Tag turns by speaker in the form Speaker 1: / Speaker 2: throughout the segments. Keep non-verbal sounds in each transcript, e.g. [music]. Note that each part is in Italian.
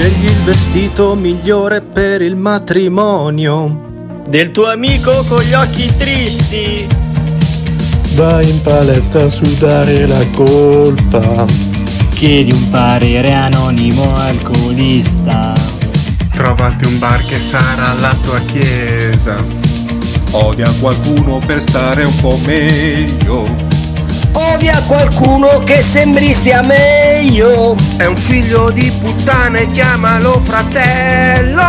Speaker 1: Scegli il vestito migliore per il matrimonio.
Speaker 2: Del tuo amico con gli occhi tristi.
Speaker 3: Vai in palestra a sudare la colpa.
Speaker 4: Chiedi un parere anonimo alcolista.
Speaker 5: Trovati un bar che sarà la tua chiesa.
Speaker 6: Odia qualcuno per stare un po' meglio.
Speaker 7: Odia qualcuno che sembri stia meglio.
Speaker 8: È un figlio di puttana e chiamalo fratello.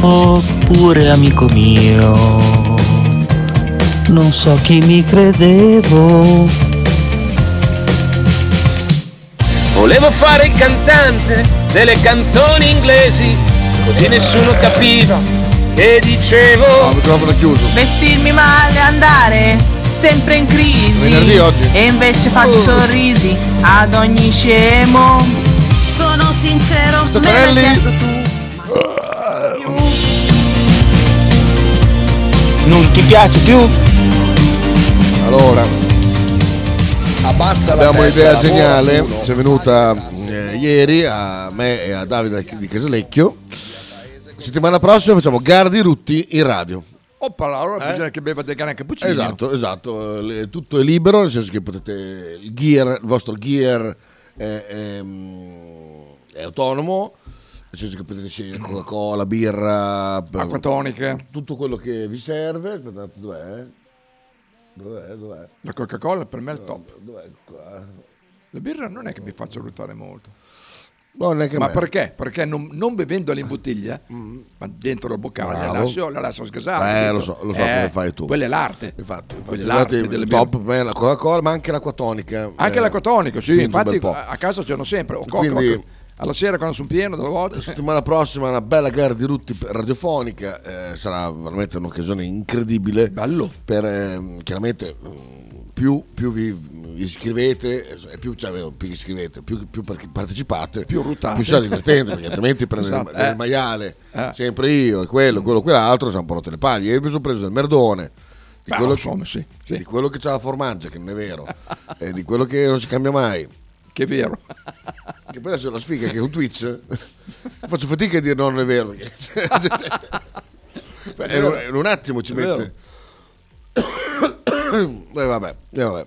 Speaker 9: Oppure amico mio. Non so chi mi credevo.
Speaker 10: Volevo fare il cantante delle canzoni inglesi, così nessuno capiva che dicevo.
Speaker 11: microfono chiuso.
Speaker 12: Vestirmi male, andare sempre in crisi.
Speaker 11: Venerdì oggi.
Speaker 12: E invece
Speaker 13: Uh.
Speaker 12: faccio sorrisi ad ogni scemo.
Speaker 14: Sono sincero, me l'hai
Speaker 11: Tottarelli.
Speaker 14: chiesto tu. ma più.
Speaker 15: Non ti piace più?
Speaker 11: Allora,
Speaker 16: Abbassa la
Speaker 11: abbiamo
Speaker 16: testa,
Speaker 11: un'idea
Speaker 16: lavora,
Speaker 11: geniale.
Speaker 16: culo.
Speaker 11: Ci è venuta eh, ieri a me e a Davide di Casalecchio. Settimana prossima facciamo Gardi Rutti in radio.
Speaker 13: Oppala, allora
Speaker 11: Eh?
Speaker 13: bisogna che beva del cane cappuccino.
Speaker 11: Esatto, esatto. Eh, le- Tutto è libero, nel senso che potete. Il gear, il vostro gear è, ehm, è autonomo. Nel senso che potete scegliere Coca-Cola, birra, eh,
Speaker 13: Acqua tonica,
Speaker 11: tutto quello che vi serve. Aspettate, dov'è? Dov'è? Dov'è?
Speaker 13: la Coca-Cola per me è il top.
Speaker 11: Eh, Dov'è eh? qua?
Speaker 13: La birra non è che mi faccia ruotare molto.
Speaker 11: No, non è che
Speaker 13: Ma
Speaker 11: me. Mm.
Speaker 13: perché? Perché non, non bevendola in bottiglia, ma dentro la boccale la
Speaker 11: Bravo.
Speaker 13: lascio, la lascio sgasare.
Speaker 11: Eh,
Speaker 13: capito?
Speaker 11: lo so, lo so
Speaker 13: Eh,
Speaker 11: come fai tu.
Speaker 13: Quella è l'arte.
Speaker 11: Infatti,
Speaker 13: Quella
Speaker 11: infatti
Speaker 13: è l'arte
Speaker 11: guardate,
Speaker 13: delle
Speaker 11: il top
Speaker 13: birre.
Speaker 11: per me è la Coca-Cola, ma anche l'acqua tonica.
Speaker 13: Anche
Speaker 11: eh,
Speaker 13: l'acqua tonica, sì.
Speaker 11: spinge un bel
Speaker 13: Infatti
Speaker 11: po'.
Speaker 13: a a casa c'erano sempre. O Coca,
Speaker 11: Quindi-
Speaker 13: Alla sera quando sono pieno, delle volte.
Speaker 11: La settimana prossima una bella gara di rutti radiofonica, eh, sarà veramente un'occasione incredibile.
Speaker 13: Bello.
Speaker 11: Per, ehm, chiaramente mm, più, più vi vi iscrivete, eh, più, cioè, eh, più vi iscrivete, più, più par- partecipate,
Speaker 13: Più ruttate.
Speaker 11: sarà divertente,
Speaker 13: [laughs]
Speaker 11: perché altrimenti prendere
Speaker 13: Esatto,
Speaker 11: il, ma-
Speaker 13: eh.
Speaker 11: il maiale,
Speaker 13: Eh.
Speaker 11: sempre io, e quello, quello, quell'altro, siamo rotte le paglie. Io mi sono preso del merdone. Di
Speaker 13: Beh,
Speaker 11: quello,
Speaker 13: insomma, sì, sì.
Speaker 11: di quello che c'ha la formaggio, che non è vero, [laughs] e di quello che non si cambia mai.
Speaker 13: Che è vero.
Speaker 11: Che poi adesso la sfiga è che con Twitch faccio fatica a dire no, non è
Speaker 13: [laughs]
Speaker 11: vero. perché- Beh, in un- in un attimo ci
Speaker 13: È
Speaker 11: mette. Eh, vabbè, eh, vabbè.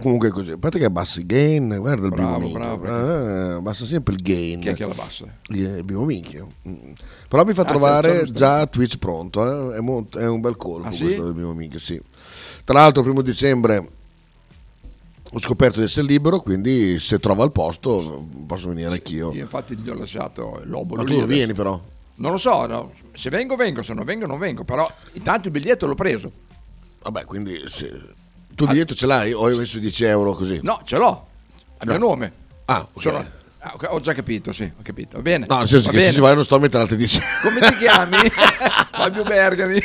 Speaker 11: Comunque è così, a parte che abbassi il gain, guarda il primo
Speaker 13: Bravo,
Speaker 11: minchio,
Speaker 13: bravo.
Speaker 11: eh, abbassa sempre il gain.
Speaker 13: Chi è che la bassa?
Speaker 11: Eh, il primo minchio. Mm. Però mi fa
Speaker 13: Ah, c'è
Speaker 11: trovare
Speaker 13: il giorno
Speaker 11: già Twitch pronto, eh. è, mo- è un bel colpo
Speaker 13: Ah, sì?
Speaker 11: questo del primo minchio, sì. Tra l'altro primo dicembre ho scoperto di essere libero, quindi se trovo il posto mm, posso venire anch'io.
Speaker 13: Io infatti gli ho lasciato l'obolo
Speaker 11: Ma
Speaker 13: lì
Speaker 11: tu non
Speaker 13: adesso.
Speaker 11: vieni però.
Speaker 13: Non lo so, no. se vengo vengo, se non vengo non vengo, però intanto il biglietto l'ho preso.
Speaker 11: Vabbè, quindi se- tu dietro ce l'hai o hai messo 10 euro così?
Speaker 13: Ah. No, ce l'ho, a mio nome.
Speaker 11: Ah, ok.
Speaker 13: Sono- ah, ok, ho già capito, sì, ho capito. Va bene.
Speaker 11: No, nel senso
Speaker 13: va
Speaker 11: che
Speaker 13: bene.
Speaker 11: se ci vai non sto a mettere
Speaker 13: [laughs]
Speaker 11: altri 10
Speaker 13: Come ti chiami? Fabio Bergami.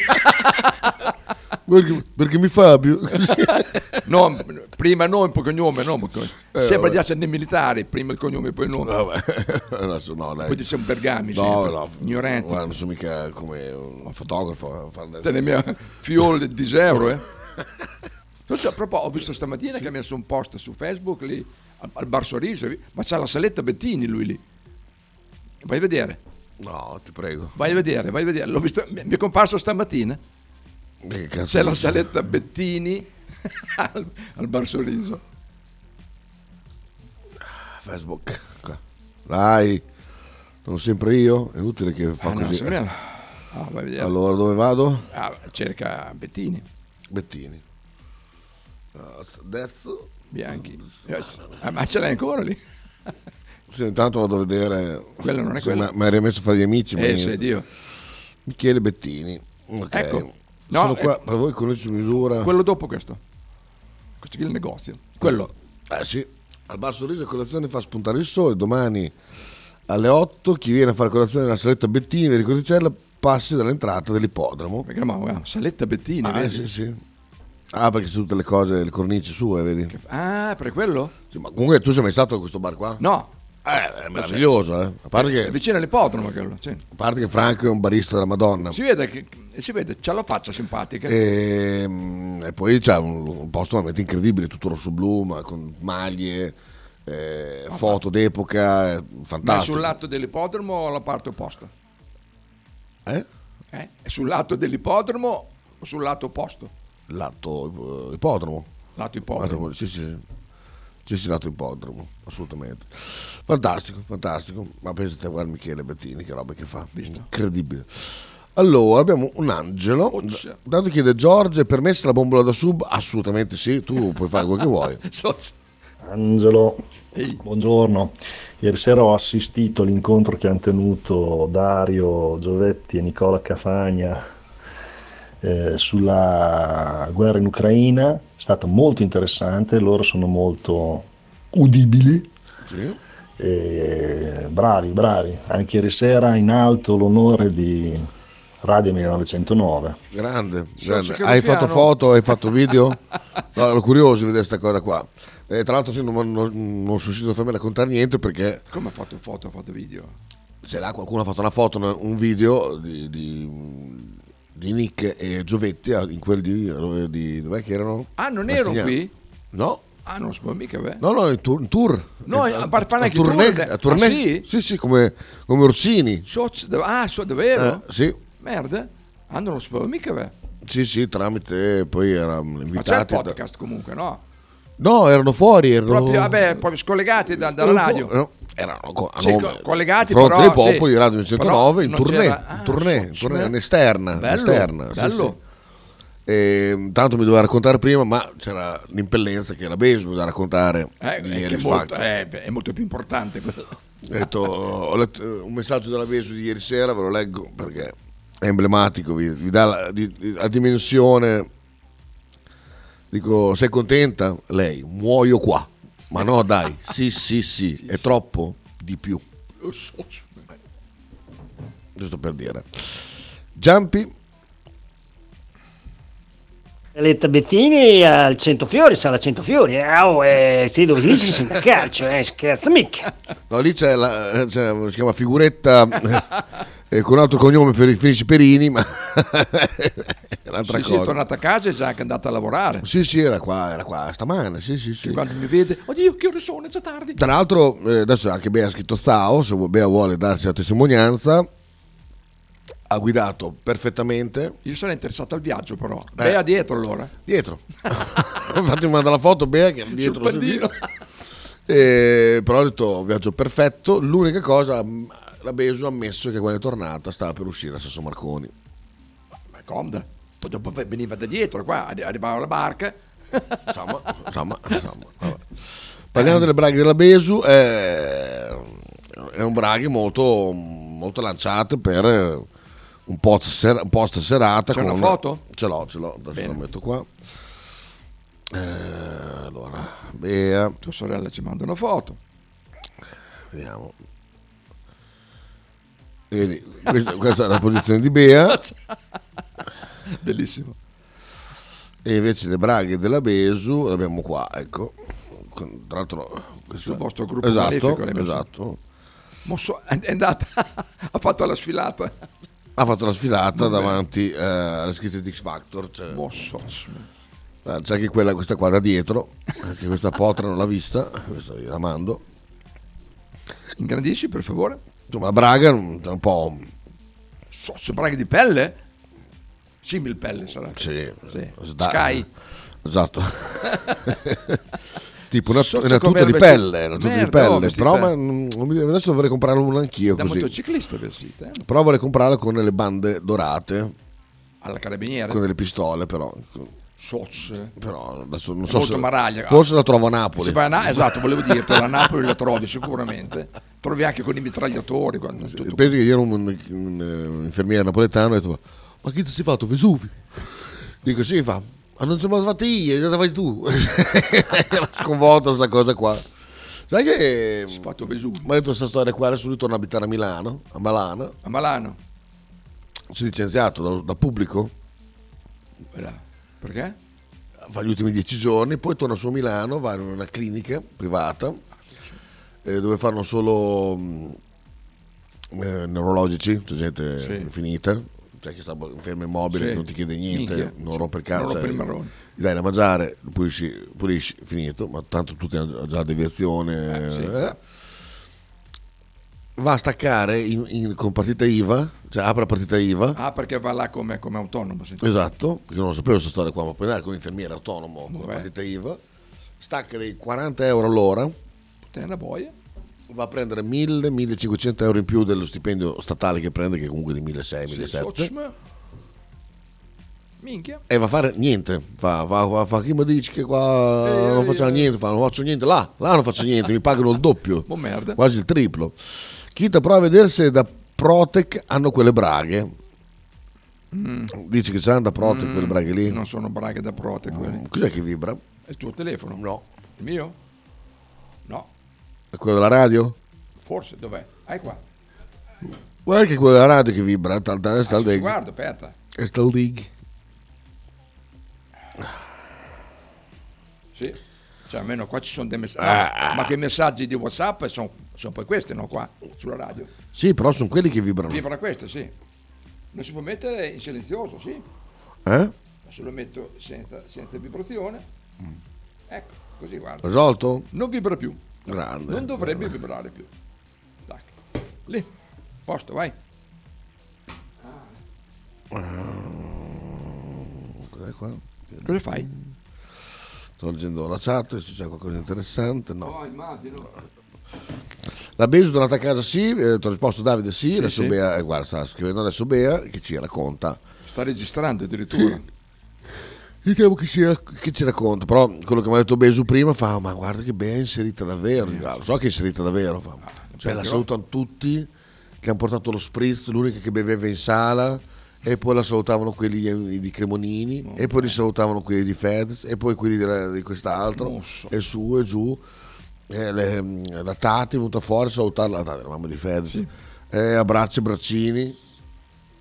Speaker 11: perché, perché mi
Speaker 13: [laughs]
Speaker 11: Fabio?
Speaker 13: No, prima nome, poi cognome. No, poi cognome.
Speaker 11: Eh,
Speaker 13: Sembra di essere nei militari, prima il cognome, poi il nome.
Speaker 11: Vabbè, [laughs] adesso no, dai.
Speaker 13: Poi diciamo Bergami,
Speaker 11: No,
Speaker 13: sempre.
Speaker 11: no,
Speaker 13: ignorante.
Speaker 11: Guarda, non sono mica come un fotografo. a fare-
Speaker 13: Te ne mia fiol di disero, eh. Non so, proprio ho visto stamattina che ha messo un post su Facebook lì al, al Bar Sorriso, ma c'ha la saletta Bettini lui lì. Vai a vedere,
Speaker 11: No, ti prego.
Speaker 13: vai a vedere, vai a vedere. L'ho visto, mi mi è comparso stamattina.
Speaker 11: Che cazzo
Speaker 13: C'è la
Speaker 11: dici?
Speaker 13: saletta Bettini [laughs] al, al Bar Sorriso.
Speaker 11: Facebook. qua. Dai, sono sempre io. È inutile che fa
Speaker 13: Ah, no,
Speaker 11: così.
Speaker 13: se me- ah, vai a vedere.
Speaker 11: allora, dove vado?
Speaker 13: Ah, cerca Bettini,
Speaker 11: Bettini. Ah, Adesso.
Speaker 13: Bianchi. Ah, ma ce l'hai ancora lì?
Speaker 11: Sì, intanto vado a vedere.
Speaker 13: Quello non è
Speaker 11: Sì,
Speaker 13: quello.
Speaker 11: Ma, ma hai rimesso fra gli amici. ma
Speaker 13: Eh,
Speaker 11: io-
Speaker 13: sei Dio.
Speaker 11: Michele Bettini. Ok.
Speaker 13: Ecco. No,
Speaker 11: Sono qua
Speaker 13: eh,
Speaker 11: per voi con su misura.
Speaker 13: Quello dopo questo. Questo qui è il negozio. Quello.
Speaker 11: Eh sì. Al bar Sorriso colazione fa spuntare il sole. Domani alle 8 chi viene a fare colazione nella saletta Bettini di Costicella passi dall'entrata dell'ippodromo.
Speaker 13: Perché ma guarda, saletta Bettini,
Speaker 11: Ah,
Speaker 13: vedi?
Speaker 11: sì, sì. Ah, perché sono tutte le cose, le cornici sue, vedi?
Speaker 13: Ah, per quello?
Speaker 11: Sì, ma comunque tu sei mai stato a questo bar qua?
Speaker 13: No.
Speaker 11: Eh, è meraviglioso, eh. A parte che,
Speaker 13: È vicino all'ippodromo quello. sì.
Speaker 11: a parte che Franco è un barista della Madonna.
Speaker 13: Si vede che eh, si vede, c'ha la faccia simpatica.
Speaker 11: Eh, E, mm, e poi c'è un, un posto veramente incredibile, tutto rosso blu, ma con maglie, eh, foto d'epoca, eh,
Speaker 13: Ma è
Speaker 11: fantastico.
Speaker 13: sul lato dell'ippodromo o la parte opposta?
Speaker 11: Eh?
Speaker 13: Eh? È sul lato dell'ippodromo o sul lato opposto?
Speaker 11: Lato eh, ippodromo.
Speaker 13: Lato ippodromo.
Speaker 11: Lato- sì, sì, sì. Sì, sì, lato ippodromo, assolutamente. Fantastico, fantastico. Ma pensate a guardare Michele Bettini, che roba che fa. Incredibile. Allora, abbiamo un angelo.
Speaker 13: Occia.
Speaker 11: Dato chiede Giorgio, è permessa la bombola da sub? Assolutamente sì,
Speaker 13: [laughs]
Speaker 11: tu puoi fare quel che vuoi.
Speaker 17: Angelo, buongiorno. Ieri sera ho assistito all'incontro che hanno tenuto Dario Giovetti e Nicola Cafagna eh, sulla guerra in Ucraina. È stato molto interessante, loro sono molto udibili. E bravi, bravi. Anche ieri sera in alto l'onore di Radio 1909.
Speaker 11: Grande,
Speaker 17: Socio
Speaker 11: grande.
Speaker 17: che
Speaker 11: hai
Speaker 17: Luciano-
Speaker 11: fatto foto, hai fatto
Speaker 13: [laughs]
Speaker 11: video? No, ero curioso di vedere questa cosa qua. Eh, tra l'altro sì, non, non, non sono riuscito a farmela contare niente perché
Speaker 13: Come ha fatto foto, ha fatto video?
Speaker 11: se là qualcuno ha fatto una foto, un- un video di, di, di Nick e Giovetti ah, in quel di, di dov'è che erano?
Speaker 13: Ah, non ero
Speaker 11: Mastignano.
Speaker 13: qui?
Speaker 11: No.
Speaker 13: Ah, non so mica, beh.
Speaker 11: No, no, in tour. in tour.
Speaker 13: No,
Speaker 11: Eh,
Speaker 13: a Bar Panacchi
Speaker 11: a tournée,
Speaker 13: Tour, eh.
Speaker 11: a tournée.
Speaker 13: Ah, sì?
Speaker 11: sì, sì, come, come Orsini.
Speaker 13: Socio- da- ah, so, davvero?
Speaker 11: Eh, sì.
Speaker 13: Merda. Ah, non lo sapevo mica, beh.
Speaker 11: Sì, sì, tramite poi eravamo
Speaker 13: Ma c'è il
Speaker 11: invitati. da-
Speaker 13: podcast comunque, no?
Speaker 11: No, erano fuori, erano
Speaker 13: Proprio, vabbè, proprio scollegati da- dalla
Speaker 11: Erano
Speaker 13: radio.
Speaker 11: fu- no, erano co- a
Speaker 13: Sì,
Speaker 11: nome-
Speaker 13: co- collegati
Speaker 11: eh, Fronte
Speaker 13: però,
Speaker 11: dei Popoli,
Speaker 13: sì.
Speaker 11: Radio 109, in
Speaker 13: Però non
Speaker 11: tournée,
Speaker 13: c'era- ah,
Speaker 11: in tournée, in
Speaker 13: so-
Speaker 11: tournée,
Speaker 13: so-
Speaker 11: in esterna, in
Speaker 13: Bello,
Speaker 11: esterna, sì,
Speaker 13: bello.
Speaker 11: sì. E, tanto mi doveva raccontare prima, ma c'era l'impellenza che era Besbo da raccontare
Speaker 13: Eh,
Speaker 11: di
Speaker 13: eh, che
Speaker 11: ieri
Speaker 13: è,
Speaker 11: fatto.
Speaker 13: molto, eh, beh, è molto più importante quello.
Speaker 11: Ho detto- ho letto, eh, un messaggio della Vesu di ieri sera, ve lo leggo perché è emblematico, vi, vi dà la, di- la dimensione. Dico, sei contenta? Lei, muoio qua. Ma no, dai, sì, sì,
Speaker 13: [laughs]
Speaker 11: sì, è troppo di più. Giusto per dire. Giampi,
Speaker 18: Letta Bettini al Centofiori, sala Centofiori, eh, oh, eh, sì, dove si dice si sembra calcio, eh, scherzo mica.
Speaker 11: no, lì c'è la eh, c'è, si chiama
Speaker 13: [laughs]
Speaker 11: figuretta eh, con un altro cognome per i finisci Perini, ma [laughs] è un'altra
Speaker 13: Sì, sì, è
Speaker 11: cosa.
Speaker 13: tornata a casa e già anche andata a lavorare.
Speaker 11: Sì, sì, era qua, era qua stamane, sì, sì, sì.
Speaker 13: Quando mi vede, oddio, che ore sono? È già tardi.
Speaker 11: Tra l'altro, eh, adesso anche Bea ha scritto Stao, se Bea vuole darci la testimonianza, ha guidato perfettamente.
Speaker 13: Io sono interessato al viaggio, però.
Speaker 11: Eh.
Speaker 13: Bea dietro allora.
Speaker 11: Dietro. [laughs] Infatti mi manda la foto Bea che è dietro.
Speaker 13: Sul
Speaker 11: sul
Speaker 13: pandino.
Speaker 11: dito. [laughs] Eh, però ho detto viaggio perfetto. L'unica cosa, mh, la Besu ha ammesso che quando è tornata stava per uscire da Sasso Marconi.
Speaker 13: Ma è comoda. Poi dopo veniva da dietro qua, arri- arrivava la barca.
Speaker 11: Insomma, insomma, insomma. vabbè. Parliamo delle braghe della Besu. eh, è un braghe molto, molto lanciato per eh, un post, ser- un post serata.
Speaker 13: C'è
Speaker 11: con
Speaker 13: una foto?
Speaker 11: Ce l'ho, ce l'ho. Adesso
Speaker 13: Bene.
Speaker 11: la metto qua. Eh, allora, Bea.
Speaker 13: Tua sorella ci manda una foto.
Speaker 11: Vediamo. Vedi, questa, questa è la posizione di
Speaker 13: [laughs]
Speaker 11: Bea.
Speaker 13: [laughs] Bellissimo.
Speaker 11: E invece le braghe della Besu le abbiamo qua, ecco. Con- Tra l'altro, questo
Speaker 13: Sul vostro gruppo
Speaker 11: esatto,
Speaker 13: malefico l'hai messo.
Speaker 11: esatto.
Speaker 13: Mo so- è è andata, [laughs] ha fatto la sfilata.
Speaker 11: Ha fatto la sfilata
Speaker 13: Vabbè.
Speaker 11: davanti eh, alle scritte di X Factor. cioè. C'è,
Speaker 13: Mo so-
Speaker 11: Ah, c'è anche quella, questa qua da dietro. Anche questa potra non l'ha vista. Questa gliela mando.
Speaker 13: Ingrandisci per favore?
Speaker 11: Insomma, la braga è un, è un po'.
Speaker 13: so- so braghe di pelle? Simil pelle sarà.
Speaker 11: Sì. sda-
Speaker 13: Sky. [laughs]
Speaker 11: Esatto. tipo una,
Speaker 13: So-
Speaker 11: una
Speaker 13: come
Speaker 11: tuta di
Speaker 13: vesti-
Speaker 11: pelle. Una tuta di
Speaker 13: Merda, oh,
Speaker 11: pelle.
Speaker 13: vestita.
Speaker 11: Però ma, mm, non mi- adesso dovrei comprarne una anch'io.
Speaker 13: Da
Speaker 11: così.
Speaker 13: motociclista vestita. eh?
Speaker 11: Però vorrei comprarla con le bande dorate,
Speaker 13: Alla carabiniera.
Speaker 11: con delle pistole, però.
Speaker 13: Soz.
Speaker 11: Però adesso non
Speaker 13: È
Speaker 11: so
Speaker 13: molto
Speaker 11: se.
Speaker 13: maraglia.
Speaker 11: Forse la trovo a Napoli.
Speaker 13: Se vai a Na- esatto, volevo dire, per la Napoli la trovi sicuramente. Trovi anche con i mitragliatori. Quando, tutto.
Speaker 11: Pensi che ieri un, un, un infermiere napoletano ha detto: Ma chi ti sei fatto? Vesuvi? Dico sì, [laughs] fa. Ma non siamo fatti io, cosa fai tu? Era sconvolta sta cosa qua. Sai che...
Speaker 13: Fatto Vesuvio.
Speaker 11: Mi ha detto questa storia qua, adesso lui torna a abitare a Milano, a Malano.
Speaker 13: A Malano.
Speaker 11: Si è licenziato da, da pubblico,
Speaker 13: Voilà. Perché?
Speaker 11: fa gli ultimi dieci giorni, poi torna su a Milano, va in una clinica privata eh, dove fanno solo mh, eh, neurologici, c'è gente
Speaker 13: Sì.
Speaker 11: finita, c'è chi sta bo- fermo immobile,
Speaker 13: Sì.
Speaker 11: che non ti chiede niente,
Speaker 13: Minchia.
Speaker 11: non rompe il
Speaker 13: Non
Speaker 11: cazzo,
Speaker 13: rompe il
Speaker 11: eh,
Speaker 13: marrone.
Speaker 11: gli dai da mangiare, pulisci, pulisci, finito, ma tanto tutti hanno già deviazione.
Speaker 13: Eh, sì.
Speaker 11: eh. Va a staccare in- in- con partita IVA, cioè apre la partita IVA.
Speaker 13: Ah, perché va là come, come autonomo. sì.
Speaker 11: Esatto, perché non lo sapevo questa storia qua, ma puoi andare con un infermiere autonomo, con la
Speaker 13: Vabbè.
Speaker 11: partita IVA, stacca dei 40 euro all'ora,
Speaker 13: Te una boia.
Speaker 11: va a prendere 1000-1500 euro in più dello stipendio statale che prende, che è comunque di 1600-1700,
Speaker 13: Socm. Minchia.
Speaker 11: e va a fare niente, fa, va, va- fa chi mi dice che qua non facciamo niente, fa, non faccio niente, là, là non faccio niente, mi pagano il
Speaker 13: [laughs]
Speaker 11: doppio,
Speaker 13: Mo' merda.
Speaker 11: quasi il triplo. Chita prova a vedere se da Protec hanno quelle braghe,
Speaker 13: Mm.
Speaker 11: dice che saranno da Protec
Speaker 13: Mm,
Speaker 11: quelle braghe lì, Mm,
Speaker 13: Non sono braghe da prote quelle.
Speaker 11: cos'è che vibra?
Speaker 13: È il tuo telefono?
Speaker 11: No.
Speaker 13: Il mio? No,
Speaker 11: È quello della radio?
Speaker 13: forse dov'è? Hai qua.
Speaker 11: Guarda che quella radio che vibra, tal,
Speaker 13: Ah,
Speaker 11: tal, tal, tal,
Speaker 13: Guarda, aperta.
Speaker 11: Questa league.
Speaker 13: Sì. Cioè, almeno qua ci sono dei messaggi. Ah, ma che i messaggi di WhatsApp sono poi questi, no? Qua sulla radio.
Speaker 11: Sì, però sono quelli che vibrano.
Speaker 13: Vibra questo, sì. Lo si può mettere in silenzioso, sì.
Speaker 11: Eh?
Speaker 13: Se lo metto senza, senza vibrazione, ecco, così guarda.
Speaker 11: Mm. Risolto?
Speaker 13: Non vibra più.
Speaker 11: Grande.
Speaker 13: Non dovrebbe vibrare più. Tac. Lì, posto, vai.
Speaker 11: Ah, Cos'è qua?
Speaker 13: Cosa fai?
Speaker 11: Sto leggendo la chat, se c'è qualcosa di interessante. No.
Speaker 13: Oh, immagino.
Speaker 11: La Besu è tornata a casa, sì. eh, ti ho risposto Davide, sì.
Speaker 13: Sì,
Speaker 11: adesso
Speaker 13: sì.
Speaker 11: Bea, eh, guarda, sta scrivendo adesso Bea che ci racconta.
Speaker 13: Sta registrando addirittura.
Speaker 11: Diciamo che ci, che ci racconta, però quello che mi ha detto Besu prima fa, "Oh, ma guarda che Bea è inserita davvero. Dico, "Ah, Lo so che è inserita davvero. Fa. Cioè, la
Speaker 13: però-
Speaker 11: salutano tutti, che hanno portato lo spritz, l'unica che beveva in sala. E poi la salutavano quelli di Cremonini, e poi li salutavano quelli di Fedez, e poi quelli della- di quest'altro, e su e giù. Eh, le- mm, la Tati è venuta fuori a salutarla, la Tati, la mamma di Fedez, eh, abbracci, braccini.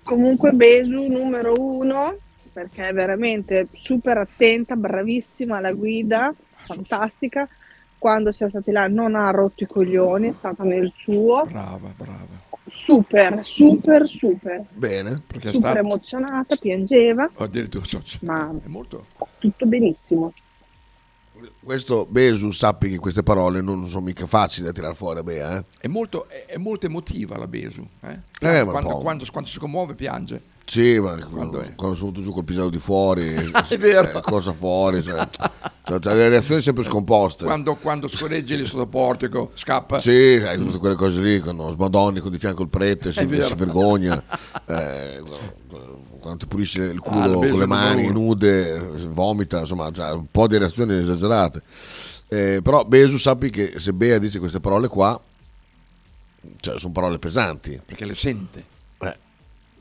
Speaker 12: Comunque Besu numero uno, perché è veramente super attenta, bravissima alla guida, fantastica. Quando siamo stati là non ha rotto i coglioni, è stata nel suo.
Speaker 13: Brava, brava.
Speaker 12: Super, super, super.
Speaker 11: Bene.
Speaker 13: Perché è
Speaker 12: super
Speaker 13: stato...
Speaker 12: emozionata, piangeva,
Speaker 13: Oh, addirittura so- so-
Speaker 12: ma
Speaker 13: è molto...
Speaker 12: tutto benissimo.
Speaker 11: Questo Besu sappi che queste parole non sono mica facili da tirar fuori a Bea. Eh?
Speaker 13: È molto, è, è molto emotiva la Besu. Eh?
Speaker 11: Eh, ma
Speaker 13: quando,
Speaker 11: un po'.
Speaker 13: quando, quando si commuove piange.
Speaker 11: Sì, ma
Speaker 13: Quando
Speaker 11: quando, sono
Speaker 13: è?
Speaker 11: venuto giù col pisello di
Speaker 13: [laughs]
Speaker 11: fuori,
Speaker 13: È vero.
Speaker 11: eh, cosa fuori, cioè, cioè, cioè, le reazioni sempre scomposte.
Speaker 13: Quando, quando scorreggi lì sotto portico, scappa.
Speaker 11: Sì, eh, tutte quelle cose lì, quando sbandoni con di fianco il prete, si,
Speaker 13: È vero.
Speaker 11: si
Speaker 13: [laughs]
Speaker 11: vergogna, eh, quando ti pulisce il
Speaker 13: Ah, la
Speaker 11: culo con
Speaker 13: Besu
Speaker 11: le
Speaker 13: numero
Speaker 11: mani
Speaker 13: uno.
Speaker 11: nude, eh, vomita, insomma, cioè, un po' di reazioni esagerate. Eh, però Besu sappi che se Bea dice queste parole qua, cioè, sono parole pesanti.
Speaker 13: Perché le sente.
Speaker 11: Eh,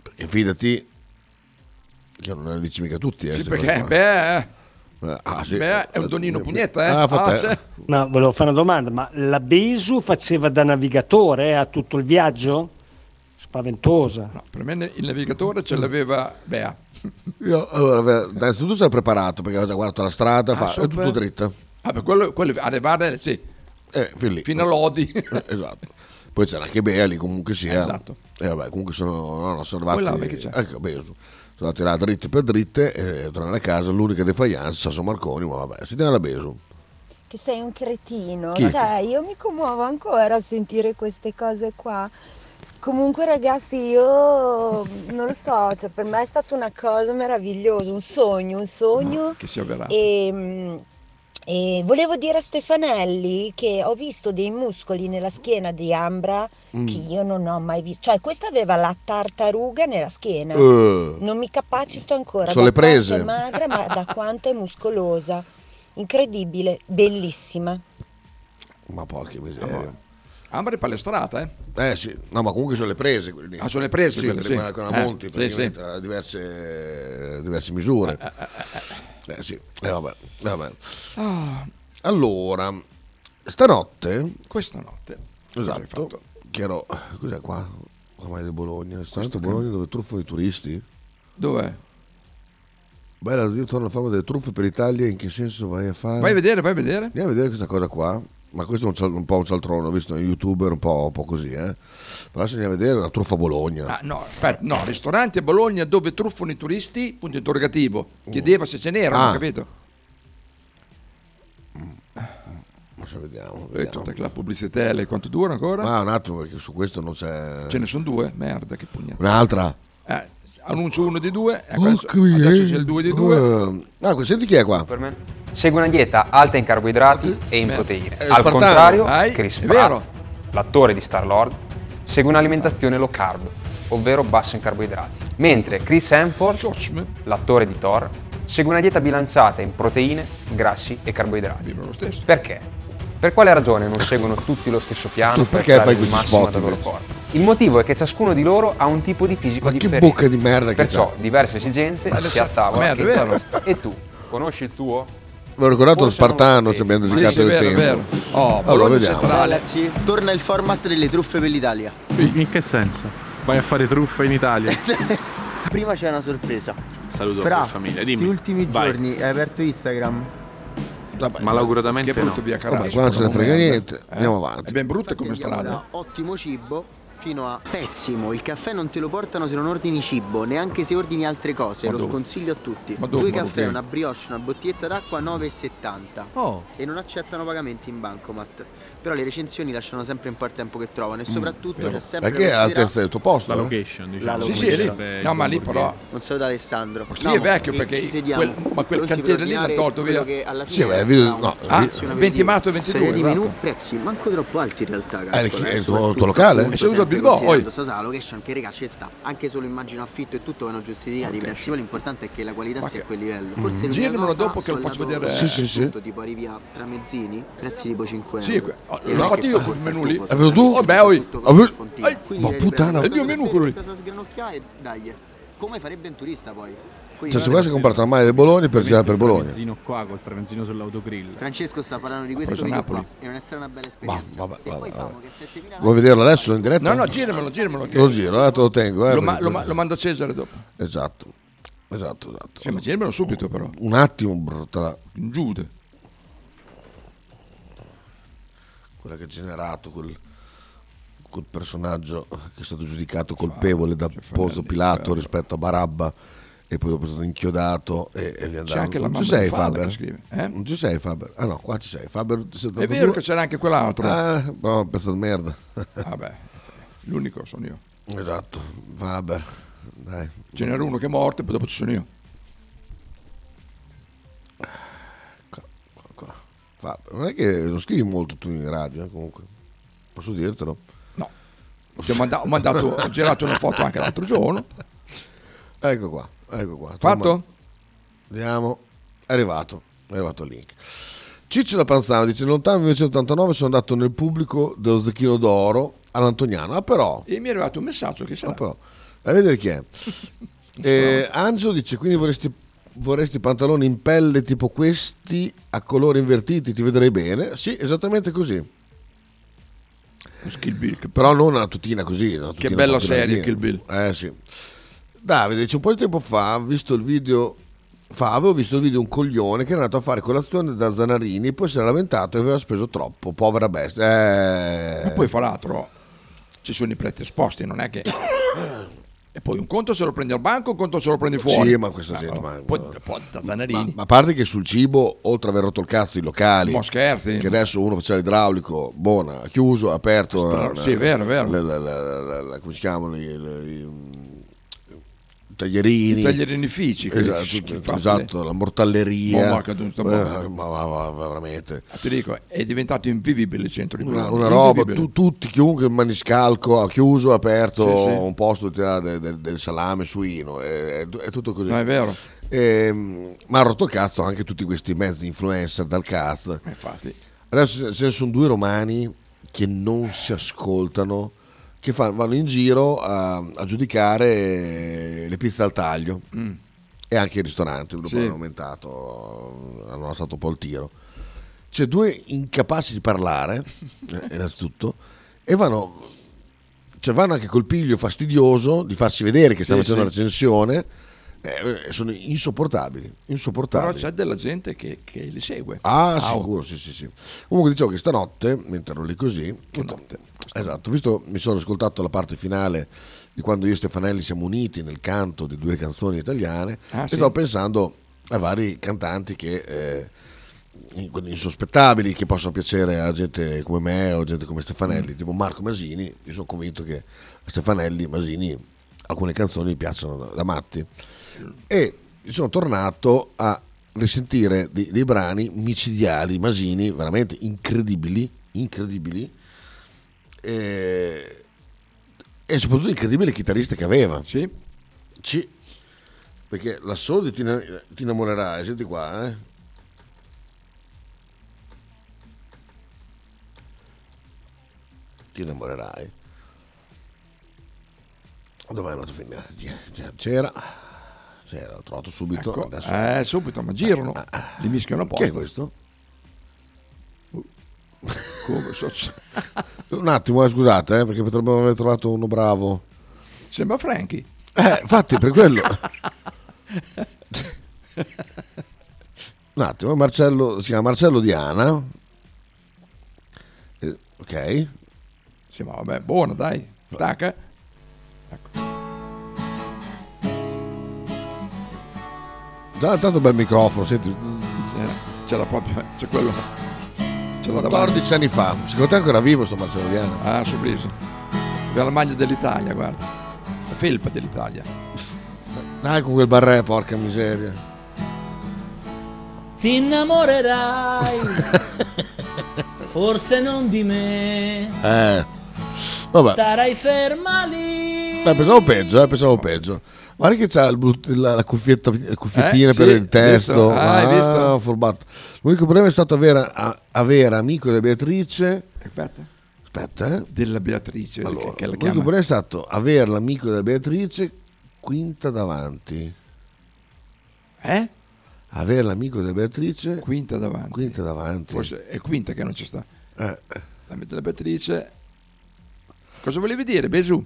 Speaker 11: perché fidati che non le dici mica tutti. Eh,
Speaker 13: Sì,
Speaker 11: queste
Speaker 13: perché
Speaker 11: cose
Speaker 13: beh,
Speaker 11: qua. Eh, ah, sì.
Speaker 13: beh, è un donino pugnetta, eh.
Speaker 11: Ah, fa
Speaker 13: Ah,
Speaker 11: te.
Speaker 13: sì.
Speaker 18: Ma volevo fare una domanda, ma la Besu faceva da navigatore eh, a tutto il viaggio? Spaventosa.
Speaker 13: Per me ne- il navigatore ce l'aveva ah, Bea.
Speaker 11: Io, allora, beh, innanzitutto sei preparato perché aveva già guardato la strada,
Speaker 13: Ah,
Speaker 11: fa, è
Speaker 13: sopra.
Speaker 11: tutto dritto.
Speaker 13: Ah, beh, quello, quello arrivare, sì.
Speaker 11: Eh, fin lì.
Speaker 13: Fino a Lodi. [laughs]
Speaker 11: esatto. Poi c'era anche Bea lì comunque sia.
Speaker 13: Esatto.
Speaker 11: E vabbè, comunque sono, no, no, sono
Speaker 13: Poi là,
Speaker 11: arrivati.
Speaker 13: beh, che c'è?
Speaker 11: Ecco, beh, su. sono andati là dritte per dritte e tornare a casa. L'unica defiance, Sasso Marconi, ma vabbè, si tiene la Besu.
Speaker 19: Che sei un cretino.
Speaker 11: Chi?
Speaker 19: Cioè, io mi commuovo ancora a sentire queste cose qua. Comunque, ragazzi, io non lo so, cioè, per me è stata una cosa meravigliosa, un sogno, un sogno.
Speaker 13: Che si avverrà.
Speaker 19: E, mh, e volevo dire a Stefanelli che ho visto dei muscoli nella schiena di Ambra
Speaker 20: Mm.
Speaker 19: che io non ho mai visto. Cioè, questa aveva la tartaruga nella schiena.
Speaker 11: Eh.
Speaker 19: Non mi capacito ancora
Speaker 11: Sono
Speaker 19: da
Speaker 11: le prese.
Speaker 19: quanto è magra, ma da quanto è muscolosa. Incredibile, bellissima.
Speaker 11: Ma porca miseria.
Speaker 13: Ambra è palestrata, eh.
Speaker 11: Eh sì, no, ma comunque sono le prese. Quindi.
Speaker 13: Ah, sono le prese
Speaker 11: Sì,
Speaker 13: quelle,
Speaker 11: prima
Speaker 13: sì.
Speaker 11: era con
Speaker 13: Eh,
Speaker 11: la Monti,
Speaker 13: sì,
Speaker 11: praticamente,
Speaker 13: sì. eh,
Speaker 11: a diverse, diverse misure. Eh sì, eh, vabbè, vabbè.
Speaker 13: Ah,
Speaker 11: Allora, Stanotte?
Speaker 13: Questa notte. Cosa hai
Speaker 11: Esatto. Che ero. Cos'è qua? Ormai di Bologna. Stanotte Bologna dove truffano i turisti?
Speaker 13: Dov'è?
Speaker 11: Bella zio, torna la fama delle truffe per l'Italia. In che senso vai a fare?
Speaker 13: Vai a vedere, vai a vedere.
Speaker 11: Andiamo a vedere questa cosa qua. Ma questo è un, cial- un po' un cialtrone, ho visto un youtuber un po', un po' così, eh. Però se andiamo a vedere la truffa a Bologna.
Speaker 13: Ah, no, aspetta, no, ristorante a Bologna dove truffano i turisti, punto interrogativo. Chiedeva se ce n'erano,
Speaker 11: Ah.
Speaker 13: capito?
Speaker 11: Adesso vediamo.
Speaker 13: Eh, tutta la pubblicità, lei quanto dura ancora?
Speaker 11: Ma un attimo, perché su questo non c'è.
Speaker 13: Ce ne sono due, merda, che pugnata.
Speaker 11: Un'altra.
Speaker 13: Eh, annuncio uno di due, ecco, adesso,
Speaker 11: Porca miseria.
Speaker 13: adesso c'è il due di due.
Speaker 11: Eh, Ah, senti chi è qua?
Speaker 7: Segue una dieta alta in carboidrati e in proteine.
Speaker 11: Eh,
Speaker 7: Al
Speaker 11: Spartano.
Speaker 7: contrario,
Speaker 11: Dai,
Speaker 7: Chris
Speaker 11: è vero.
Speaker 7: Pratt, l'attore di Star-Lord, segue un'alimentazione low carb, ovvero bassa in carboidrati. Mentre Chris Hemsworth, l'attore di Thor, segue una dieta bilanciata in proteine, grassi e carboidrati. Perché? Per quale ragione non seguono tutti lo stesso piano
Speaker 11: Tu perché fai
Speaker 7: per trarre il
Speaker 11: questi
Speaker 7: massimo
Speaker 11: spot,
Speaker 7: dal loro
Speaker 11: invece?
Speaker 7: corpo? Il motivo è che ciascuno di loro ha un tipo di fisico differente.
Speaker 11: bocca di merda che
Speaker 7: Perciò
Speaker 11: c'ha.
Speaker 7: diverse esigenze
Speaker 11: Ma
Speaker 7: si a tavola
Speaker 11: merda,
Speaker 7: che
Speaker 11: vero?
Speaker 7: interrogano. E tu, conosci il tuo?
Speaker 11: Ve l'ho ricordato lo Spartano, ci abbiamo dedicato
Speaker 7: Sì, sì,
Speaker 11: del
Speaker 7: vero,
Speaker 11: tempo.
Speaker 7: vero.
Speaker 21: Oh,
Speaker 11: allora vediamo.
Speaker 21: Ragazzi, torna il format delle truffe per l'Italia.
Speaker 22: In che senso? Vai a fare truffa in Italia.
Speaker 21: Prima c'è una sorpresa.
Speaker 22: Saluto
Speaker 21: Fra,
Speaker 22: la famiglia, dimmi.
Speaker 21: Gli ultimi
Speaker 22: Vai.
Speaker 21: giorni hai aperto Instagram?
Speaker 22: Malauguratamente
Speaker 13: Che brutto
Speaker 22: no.
Speaker 13: via Caravaggio,
Speaker 11: qua non ce ne
Speaker 13: proprio
Speaker 11: frega
Speaker 13: merda. Eh?
Speaker 11: niente, andiamo avanti.
Speaker 13: È ben brutta come
Speaker 21: Infatti andiamo
Speaker 13: strada.
Speaker 21: Da ottimo cibo fino a pessimo. Il caffè non te lo portano se non ordini cibo, neanche se ordini altre cose.
Speaker 13: Ma
Speaker 21: lo
Speaker 13: dove?
Speaker 21: sconsiglio a tutti.
Speaker 13: Ma dove,
Speaker 21: Due
Speaker 13: ma
Speaker 21: caffè,
Speaker 13: dove?
Speaker 21: una brioche, una bottiglietta d'acqua 9,70. Oh. E non accettano pagamenti in bancomat. Però le recensioni lasciano sempre un po' il tempo che trovano e
Speaker 13: Mm,
Speaker 21: soprattutto
Speaker 11: vero.
Speaker 21: c'è sempre
Speaker 11: Perché
Speaker 21: la
Speaker 11: alla testa del tuo posto, La eh? location, diciamo. Sì, sì, è lì. No, ma lì però-
Speaker 21: Non saluto Alessandro.
Speaker 13: Perché lì è vecchio,
Speaker 21: e
Speaker 13: perché
Speaker 21: ci sediamo.
Speaker 13: quel- ma quel
Speaker 21: Pronti per
Speaker 13: cantiere lì l'ha
Speaker 21: ordinare
Speaker 13: tolto
Speaker 21: quello
Speaker 13: via.
Speaker 21: che alla
Speaker 11: Sì,
Speaker 21: fine
Speaker 11: beh, vi-
Speaker 21: era un
Speaker 11: no,
Speaker 21: pranzo,
Speaker 11: vi-
Speaker 21: un
Speaker 13: 20 marzo, 22,
Speaker 21: aperitivo. Serie di menù,
Speaker 13: esatto.
Speaker 21: prezzi manco troppo alti in realtà,
Speaker 11: Eh,
Speaker 21: calcola,
Speaker 11: chi- è il tuo-
Speaker 21: soprattutto
Speaker 11: tuo locale?
Speaker 21: appunto,
Speaker 11: È seduto al
Speaker 21: sempre
Speaker 11: Bilbao,
Speaker 21: considerando
Speaker 11: poi.
Speaker 21: sta sala location che regà ci sta. Anche solo immagino affitto e tutto vanno giustificati i prezzi, ma l'importante è che la qualità sia a quel livello.
Speaker 13: Mm.
Speaker 21: Forse l'unica
Speaker 13: Girmelo
Speaker 21: cosa,
Speaker 13: dopo che lo
Speaker 21: sono
Speaker 13: faccio
Speaker 21: andato
Speaker 13: vedere.
Speaker 11: Mm-hmm. Sì, sì, sì.
Speaker 21: appunto, tipo arrivi a Tramezzini, prezzi tipo 5 euro.
Speaker 13: Sì, que- oh,
Speaker 21: E
Speaker 13: l'ho
Speaker 21: anche
Speaker 13: fatto io
Speaker 21: sta
Speaker 13: quel menù
Speaker 21: porta
Speaker 13: lì.
Speaker 21: al tuo
Speaker 11: Hai fatto tu?
Speaker 21: posto,
Speaker 13: Vabbè, oi.
Speaker 21: tutto con
Speaker 11: Ah,
Speaker 21: il fontino.
Speaker 11: ai.
Speaker 21: Quindi
Speaker 11: Ma
Speaker 21: le regole
Speaker 11: puttana. Cioè,
Speaker 21: sono
Speaker 11: È il mio
Speaker 21: per
Speaker 11: menù
Speaker 21: bere,
Speaker 11: quello lì.
Speaker 21: Cosa sgranocchiare e dagli. Come farebbe un turista poi? Quindi
Speaker 11: Cioè, su
Speaker 21: non
Speaker 11: qua si compra tramvai del Bologna per girare per Bologna.
Speaker 22: qua col tramezzino sull'autogrill.
Speaker 21: Francesco sta parlando di questo
Speaker 11: preso
Speaker 21: video
Speaker 11: Napoli.
Speaker 21: qua e non è stata una bella esperienza.
Speaker 11: vabbè,
Speaker 21: e poi
Speaker 11: vabbè,
Speaker 21: famo
Speaker 11: vabbè.
Speaker 21: che 7000
Speaker 11: Vuoi vederlo adesso in diretta?
Speaker 13: No, no, giramelo, giramelo. che-
Speaker 11: Lo giro, eh, te lo tengo. Eh,
Speaker 13: Lo, ma-
Speaker 11: perché-
Speaker 13: lo ma- lo mando a Cesare dopo.
Speaker 11: Esatto. Esatto, esatto.
Speaker 13: Sì, ma giramelo subito però.
Speaker 11: Un attimo, brutta.
Speaker 13: Giude.
Speaker 11: Quella che ha generato quel, quel personaggio che è stato giudicato colpevole da
Speaker 13: Cioè,
Speaker 11: Ponzio Pilato rispetto a Barabba e poi dopo è stato inchiodato e, e vi andarono-
Speaker 13: anche la
Speaker 11: Non ci
Speaker 13: mamma di
Speaker 11: sei
Speaker 13: Falla che
Speaker 11: Faber?
Speaker 13: scrive, eh?
Speaker 11: Non ci sei Faber? Ah no, qua ci sei. Faber 72.
Speaker 13: È vero che c'era anche quell'altro.
Speaker 11: Ah, bravo, pezzo di merda. [laughs]
Speaker 13: Vabbè, l'unico sono io.
Speaker 11: Esatto, Faber. Dai.
Speaker 13: Ce n'era uno che è morto e poi dopo ci sono io.
Speaker 11: Faber. Non è che non scrivi molto tu in radio, eh, comunque. Posso dirtelo?
Speaker 13: No. Ti ho, manda- ho mandato, ho girato una foto anche l'altro giorno.
Speaker 11: Ecco qua, ecco qua.
Speaker 13: Fatto?
Speaker 11: Vediamo, è arrivato, è arrivato il link. Ciccio da Panzano dice, nel lontano 1989 sono andato nel pubblico dello Zecchino d'Oro all'Antoniano. Ah però,
Speaker 13: E mi è arrivato un messaggio che
Speaker 11: ah,
Speaker 13: sarà.
Speaker 11: però, vai a vedere chi
Speaker 13: [laughs]
Speaker 11: è. Eh, Angelo dice, quindi vorresti, vorresti pantaloni in pelle tipo questi a colori invertiti, ti vedrei bene. Sì, esattamente così.
Speaker 13: Kill Bill, che-
Speaker 11: Però non una tutina così. una
Speaker 13: Che
Speaker 11: tutina
Speaker 13: bella
Speaker 11: proprio
Speaker 13: serie
Speaker 11: grandina.
Speaker 13: Kill Bill.
Speaker 11: Eh sì. Davide dice un po' di tempo fa, ho visto il video fa, avevo visto il video di un coglione che era andato a fare colazione da Zanarini, poi si era lamentato e aveva speso troppo, povera bestia. Eh.
Speaker 13: Ma poi fra l'altro ci sono i prezzi esposti, non è che... E poi un conto se lo prendi al banco, un conto se lo prendi fuori.
Speaker 11: Sì, ma questa
Speaker 13: Ah,
Speaker 11: gente,
Speaker 13: no.
Speaker 11: ma-
Speaker 13: Poi, poi da Zanarini.
Speaker 11: Ma a parte che sul cibo, oltre ad aver rotto il cazzo i locali,
Speaker 13: Ma scherzi.
Speaker 11: che adesso uno faceva l'idraulico, buona, ha chiuso, ha aperto.
Speaker 13: Spero-
Speaker 11: eh,
Speaker 13: sì, è vero, è vero.
Speaker 11: le- le- le- le- le- come si chiamano? i- le- i- mm, i taglierini.
Speaker 13: I taglierinifici, quelli
Speaker 11: Esatto,
Speaker 13: schifafile.
Speaker 11: esatto, la mortalleria.
Speaker 13: Oh, porca di questa
Speaker 11: Eh,
Speaker 13: bocca.
Speaker 11: ma, ma- ma- ma veramente.
Speaker 13: Ah, Ti dico, è diventato invivibile il centro di
Speaker 11: Una,
Speaker 13: Milano.
Speaker 11: una roba,
Speaker 13: Invivibile.
Speaker 11: tu- tutti, chiunque il maniscalco ha chiuso, ha aperto
Speaker 13: Sì, sì.
Speaker 11: un posto di tirare del, del- del salame suino, è, è- è tutto così.
Speaker 13: No, è vero.
Speaker 11: Ehm, ma ha rotto il cazzo anche tutti questi mezzi influencer dal cazzo.
Speaker 13: Eh, Infatti.
Speaker 11: Adesso ce ne sono due romani che non si ascoltano, che fanno- vanno in giro a, a giudicare le pizze al taglio
Speaker 13: Mm.
Speaker 11: e anche i ristoranti, dopo
Speaker 13: Sì.
Speaker 11: hanno aumentato, hanno alzato un po' il tiro. C'è due incapaci di
Speaker 13: [laughs]
Speaker 11: parlare, eh, innanzitutto, e vanno, cioè vanno anche col piglio fastidioso di farsi vedere che stanno
Speaker 13: Sì,
Speaker 11: facendo
Speaker 13: sì.
Speaker 11: la recensione. eh, eh, sono insopportabili,
Speaker 13: Però
Speaker 11: insopportabili.
Speaker 13: c'è della gente che, che li segue.
Speaker 11: Ah,
Speaker 13: oh.
Speaker 11: sicuro, sì, sì, sì. Comunque dicevo che stanotte, mentre ero lì così, ho- esatto, visto mi sono ascoltato la parte finale di quando io e Stefanelli siamo uniti nel canto di due canzoni italiane
Speaker 13: Ah,
Speaker 11: e
Speaker 13: sì.
Speaker 11: stavo pensando a vari cantanti che eh, in- quelli insospettabili che possono piacere a gente come me o gente come Stefanelli, tipo Marco Masini, io sono convinto che a Stefanelli Masini alcune canzoni gli piacciono da- da matti e sono tornato a risentire dei, dei brani micidiali, masini, veramente incredibili, incredibili e, e soprattutto incredibile il chitarrista che aveva.
Speaker 13: Sì.
Speaker 11: Perché la solo ti, ti innamorerai, senti qua, eh. Ti innamorerai. Dov'è andato a finire? C'era- C'era, c'era, l'ho trovato subito.
Speaker 13: Ecco,
Speaker 11: adesso- Ah,
Speaker 13: eh, subito, ma girano, li mischiano Uh, a posto.
Speaker 11: Che è questo? Un attimo, eh, scusate, eh, perché potremmo aver trovato uno bravo. [laughs]
Speaker 13: Sembra Frankie.
Speaker 11: Eh, infatti, per quello. Un attimo, Marcello, si chiama Marcello Diana. Eh, ok.
Speaker 13: Sì, ma vabbè, buona, dai. Stacca.
Speaker 11: Già tanto bel microfono, senti.
Speaker 13: Eh, C'era proprio, c'è quello. c'era davanti.
Speaker 11: 14 anni fa. Secondo te è ancora vivo sto Marcello Diana?
Speaker 13: Ah, sorpreso. Aveva la maglia dell'Italia, guarda. La felpa dell'Italia.
Speaker 11: Dai con quel barré, porca miseria. [laughs]
Speaker 23: Ti innamorerai, forse non di me.
Speaker 11: Eh. Vabbè.
Speaker 23: Starai ferma lì.
Speaker 11: Beh, pensavo peggio, eh, pensavo peggio. Guarda che c'ha il blut- la, la cuffietta, la cuffiettina
Speaker 13: Eh,
Speaker 11: per
Speaker 13: sì,
Speaker 11: il testo.
Speaker 13: visto? Ah, hai visto?
Speaker 11: forbato. L'unico problema è stato avere, a- avere amico della Beatrice.
Speaker 13: Aspetta.
Speaker 11: Aspetta, eh.
Speaker 13: Della Beatrice.
Speaker 11: Allora,
Speaker 13: che la
Speaker 11: l'unico
Speaker 13: chiama.
Speaker 11: problema è stato avere l'amico della Beatrice quinta davanti.
Speaker 13: Eh?
Speaker 11: Avere l'amico della Beatrice
Speaker 13: quinta davanti.
Speaker 11: Quinta davanti.
Speaker 13: Forse è quinta che non ci sta.
Speaker 11: Eh.
Speaker 13: La mette la Beatrice. Cosa volevi dire, Besù?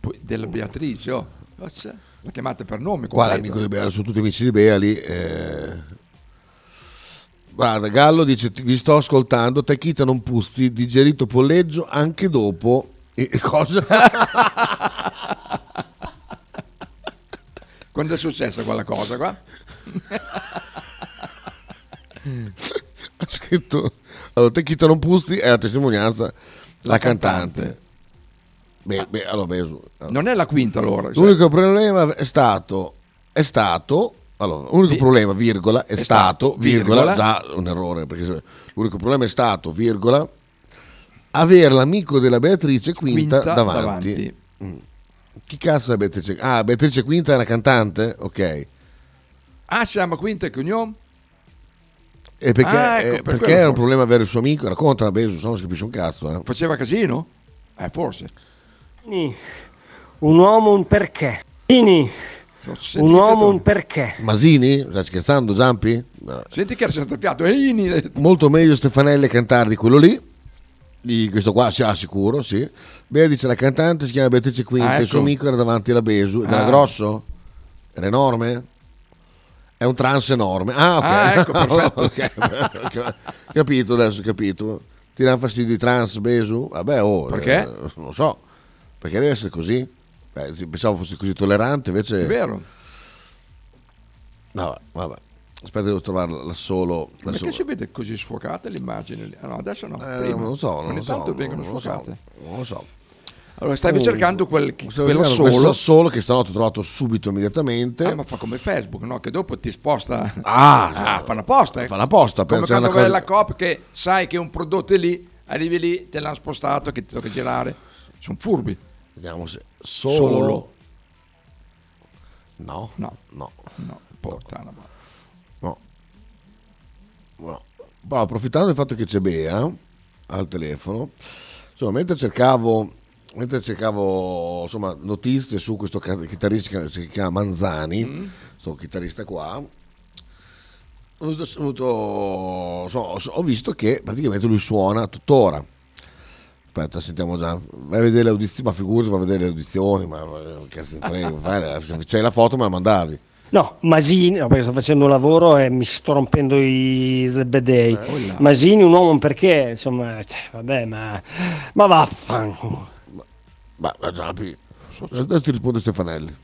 Speaker 13: Poi della Beatrice, oh. Oh, c'è. La chiamate per nome.
Speaker 11: Qua
Speaker 13: completo.
Speaker 11: l'amico di Bea, sono tutti amici di Bea lì. eh. Guarda, Gallo dice: "Ti- Vi sto ascoltando. Tachita non puzzi, digerito polleggio anche dopo. E [laughs] e cosa?
Speaker 13: Quando è successa quella
Speaker 11: [laughs]
Speaker 13: cosa qua?
Speaker 11: ha scritto allora, Tecchita non puzzi è la testimonianza la,
Speaker 13: La
Speaker 11: cantante,
Speaker 13: cantante.
Speaker 11: Beh, beh, allora, beh, su- allora.
Speaker 13: Non è la quinta allora. cioè,
Speaker 11: l'unico problema è stato è stato allora, l'unico
Speaker 13: Vi-
Speaker 11: problema virgola è,
Speaker 13: è
Speaker 11: stato,
Speaker 13: stato,
Speaker 11: virgola,
Speaker 13: virgola.
Speaker 11: già un errore perché se- l'unico problema è stato virgola avere l'amico della Beatrice Quinta,
Speaker 13: Quinta
Speaker 11: davanti,
Speaker 13: davanti.
Speaker 11: Mm. chi cazzo è Beatrice ah Beatrice Quinta è una cantante ok
Speaker 13: Ah, si chiama quinta e cognome?
Speaker 11: e perché,
Speaker 13: Ah, ecco,
Speaker 11: eh,
Speaker 13: per
Speaker 11: perché
Speaker 13: quello
Speaker 11: era un
Speaker 13: forse.
Speaker 11: problema avere il suo amico racconta Besu se no non si capisce un cazzo eh.
Speaker 13: Faceva casino? Eh, forse.
Speaker 18: Un uomo un perché. Ini, un uomo un perché.
Speaker 11: Masini? Stai scherzando, Giampi? No.
Speaker 13: Senti che era senza fiato. Eini!
Speaker 11: Molto meglio Stefanelli cantare di quello lì. Di questo qua si ha sicuro, sì. Bea dice la cantante si chiama Beatrice Quinta,
Speaker 13: Ah,
Speaker 11: il suo
Speaker 13: ecco.
Speaker 11: amico era davanti alla Besu. Ed era
Speaker 13: Ah.
Speaker 11: grosso? Era enorme? È un trans enorme. Ah, [laughs] ok.
Speaker 13: Ah, ecco, perfetto.
Speaker 11: Ok. capito adesso, capito. Ti dà fastidio i trans Besu? Vabbè, oh,
Speaker 13: Perché?
Speaker 11: eh, non so. Perché deve essere così? Beh, pensavo fosse così tollerante, invece...
Speaker 13: È vero.
Speaker 11: No, vabbè. Aspetta, devo trovarla la solo. La
Speaker 13: Perché
Speaker 11: solo.
Speaker 13: si vede così sfocate le immagini? lì? Ah, no, adesso no.
Speaker 11: Eh,
Speaker 13: prima.
Speaker 11: non lo so, non
Speaker 13: Ogni
Speaker 11: lo so,
Speaker 13: tanto
Speaker 11: non-
Speaker 13: vengono
Speaker 11: non lo so,
Speaker 13: sfocate.
Speaker 11: non lo so.
Speaker 13: Allora, stavi
Speaker 11: Comunque,
Speaker 13: cercando quel,
Speaker 11: stavo
Speaker 13: quello
Speaker 11: cercando questo
Speaker 13: solo.
Speaker 11: solo che stanotte ho trovato subito immediatamente.
Speaker 13: Ah, ma fa come Facebook, no? Che dopo ti sposta.
Speaker 11: Ah,
Speaker 13: fanno apposta. Eh.
Speaker 11: Fanno apposta,
Speaker 13: Come
Speaker 11: penso sia
Speaker 13: quando
Speaker 11: una
Speaker 13: vai
Speaker 11: cosa-
Speaker 13: alla COP che sai che un prodotto è lì, arrivi lì, te l'hanno spostato, che ti tocca girare. Sono furbi.
Speaker 11: Vediamo se solo. No.
Speaker 13: No.
Speaker 11: No.
Speaker 13: No. Portana. ma-
Speaker 11: No. No. Poi, approfittando del fatto che c'è Bea eh, al telefono, insomma, mentre cercavo, mentre cercavo insomma, notizie su questo
Speaker 13: Mm.
Speaker 11: ca- chitarrista che si chiama Manzani, questo chitarrista qua, Ho avuto- ho avuto- so- so- ho visto che praticamente lui suona tuttora. Aspetta, sentiamo già. Vai a vedere le audizioni, ma figurati, vai a vedere le audizioni, ma eh, cazzo mi frega, fai- se c'hai la foto me la mandavi.
Speaker 18: No, Masini, no, perché sto facendo un lavoro e mi sto rompendo i zebedei.
Speaker 11: là.
Speaker 18: Masini un uomo perché, insomma, cioè, vabbè, ma, ma vaffanculo.
Speaker 11: Ma, ma Giappi, adesso ti risponde Stefanelli.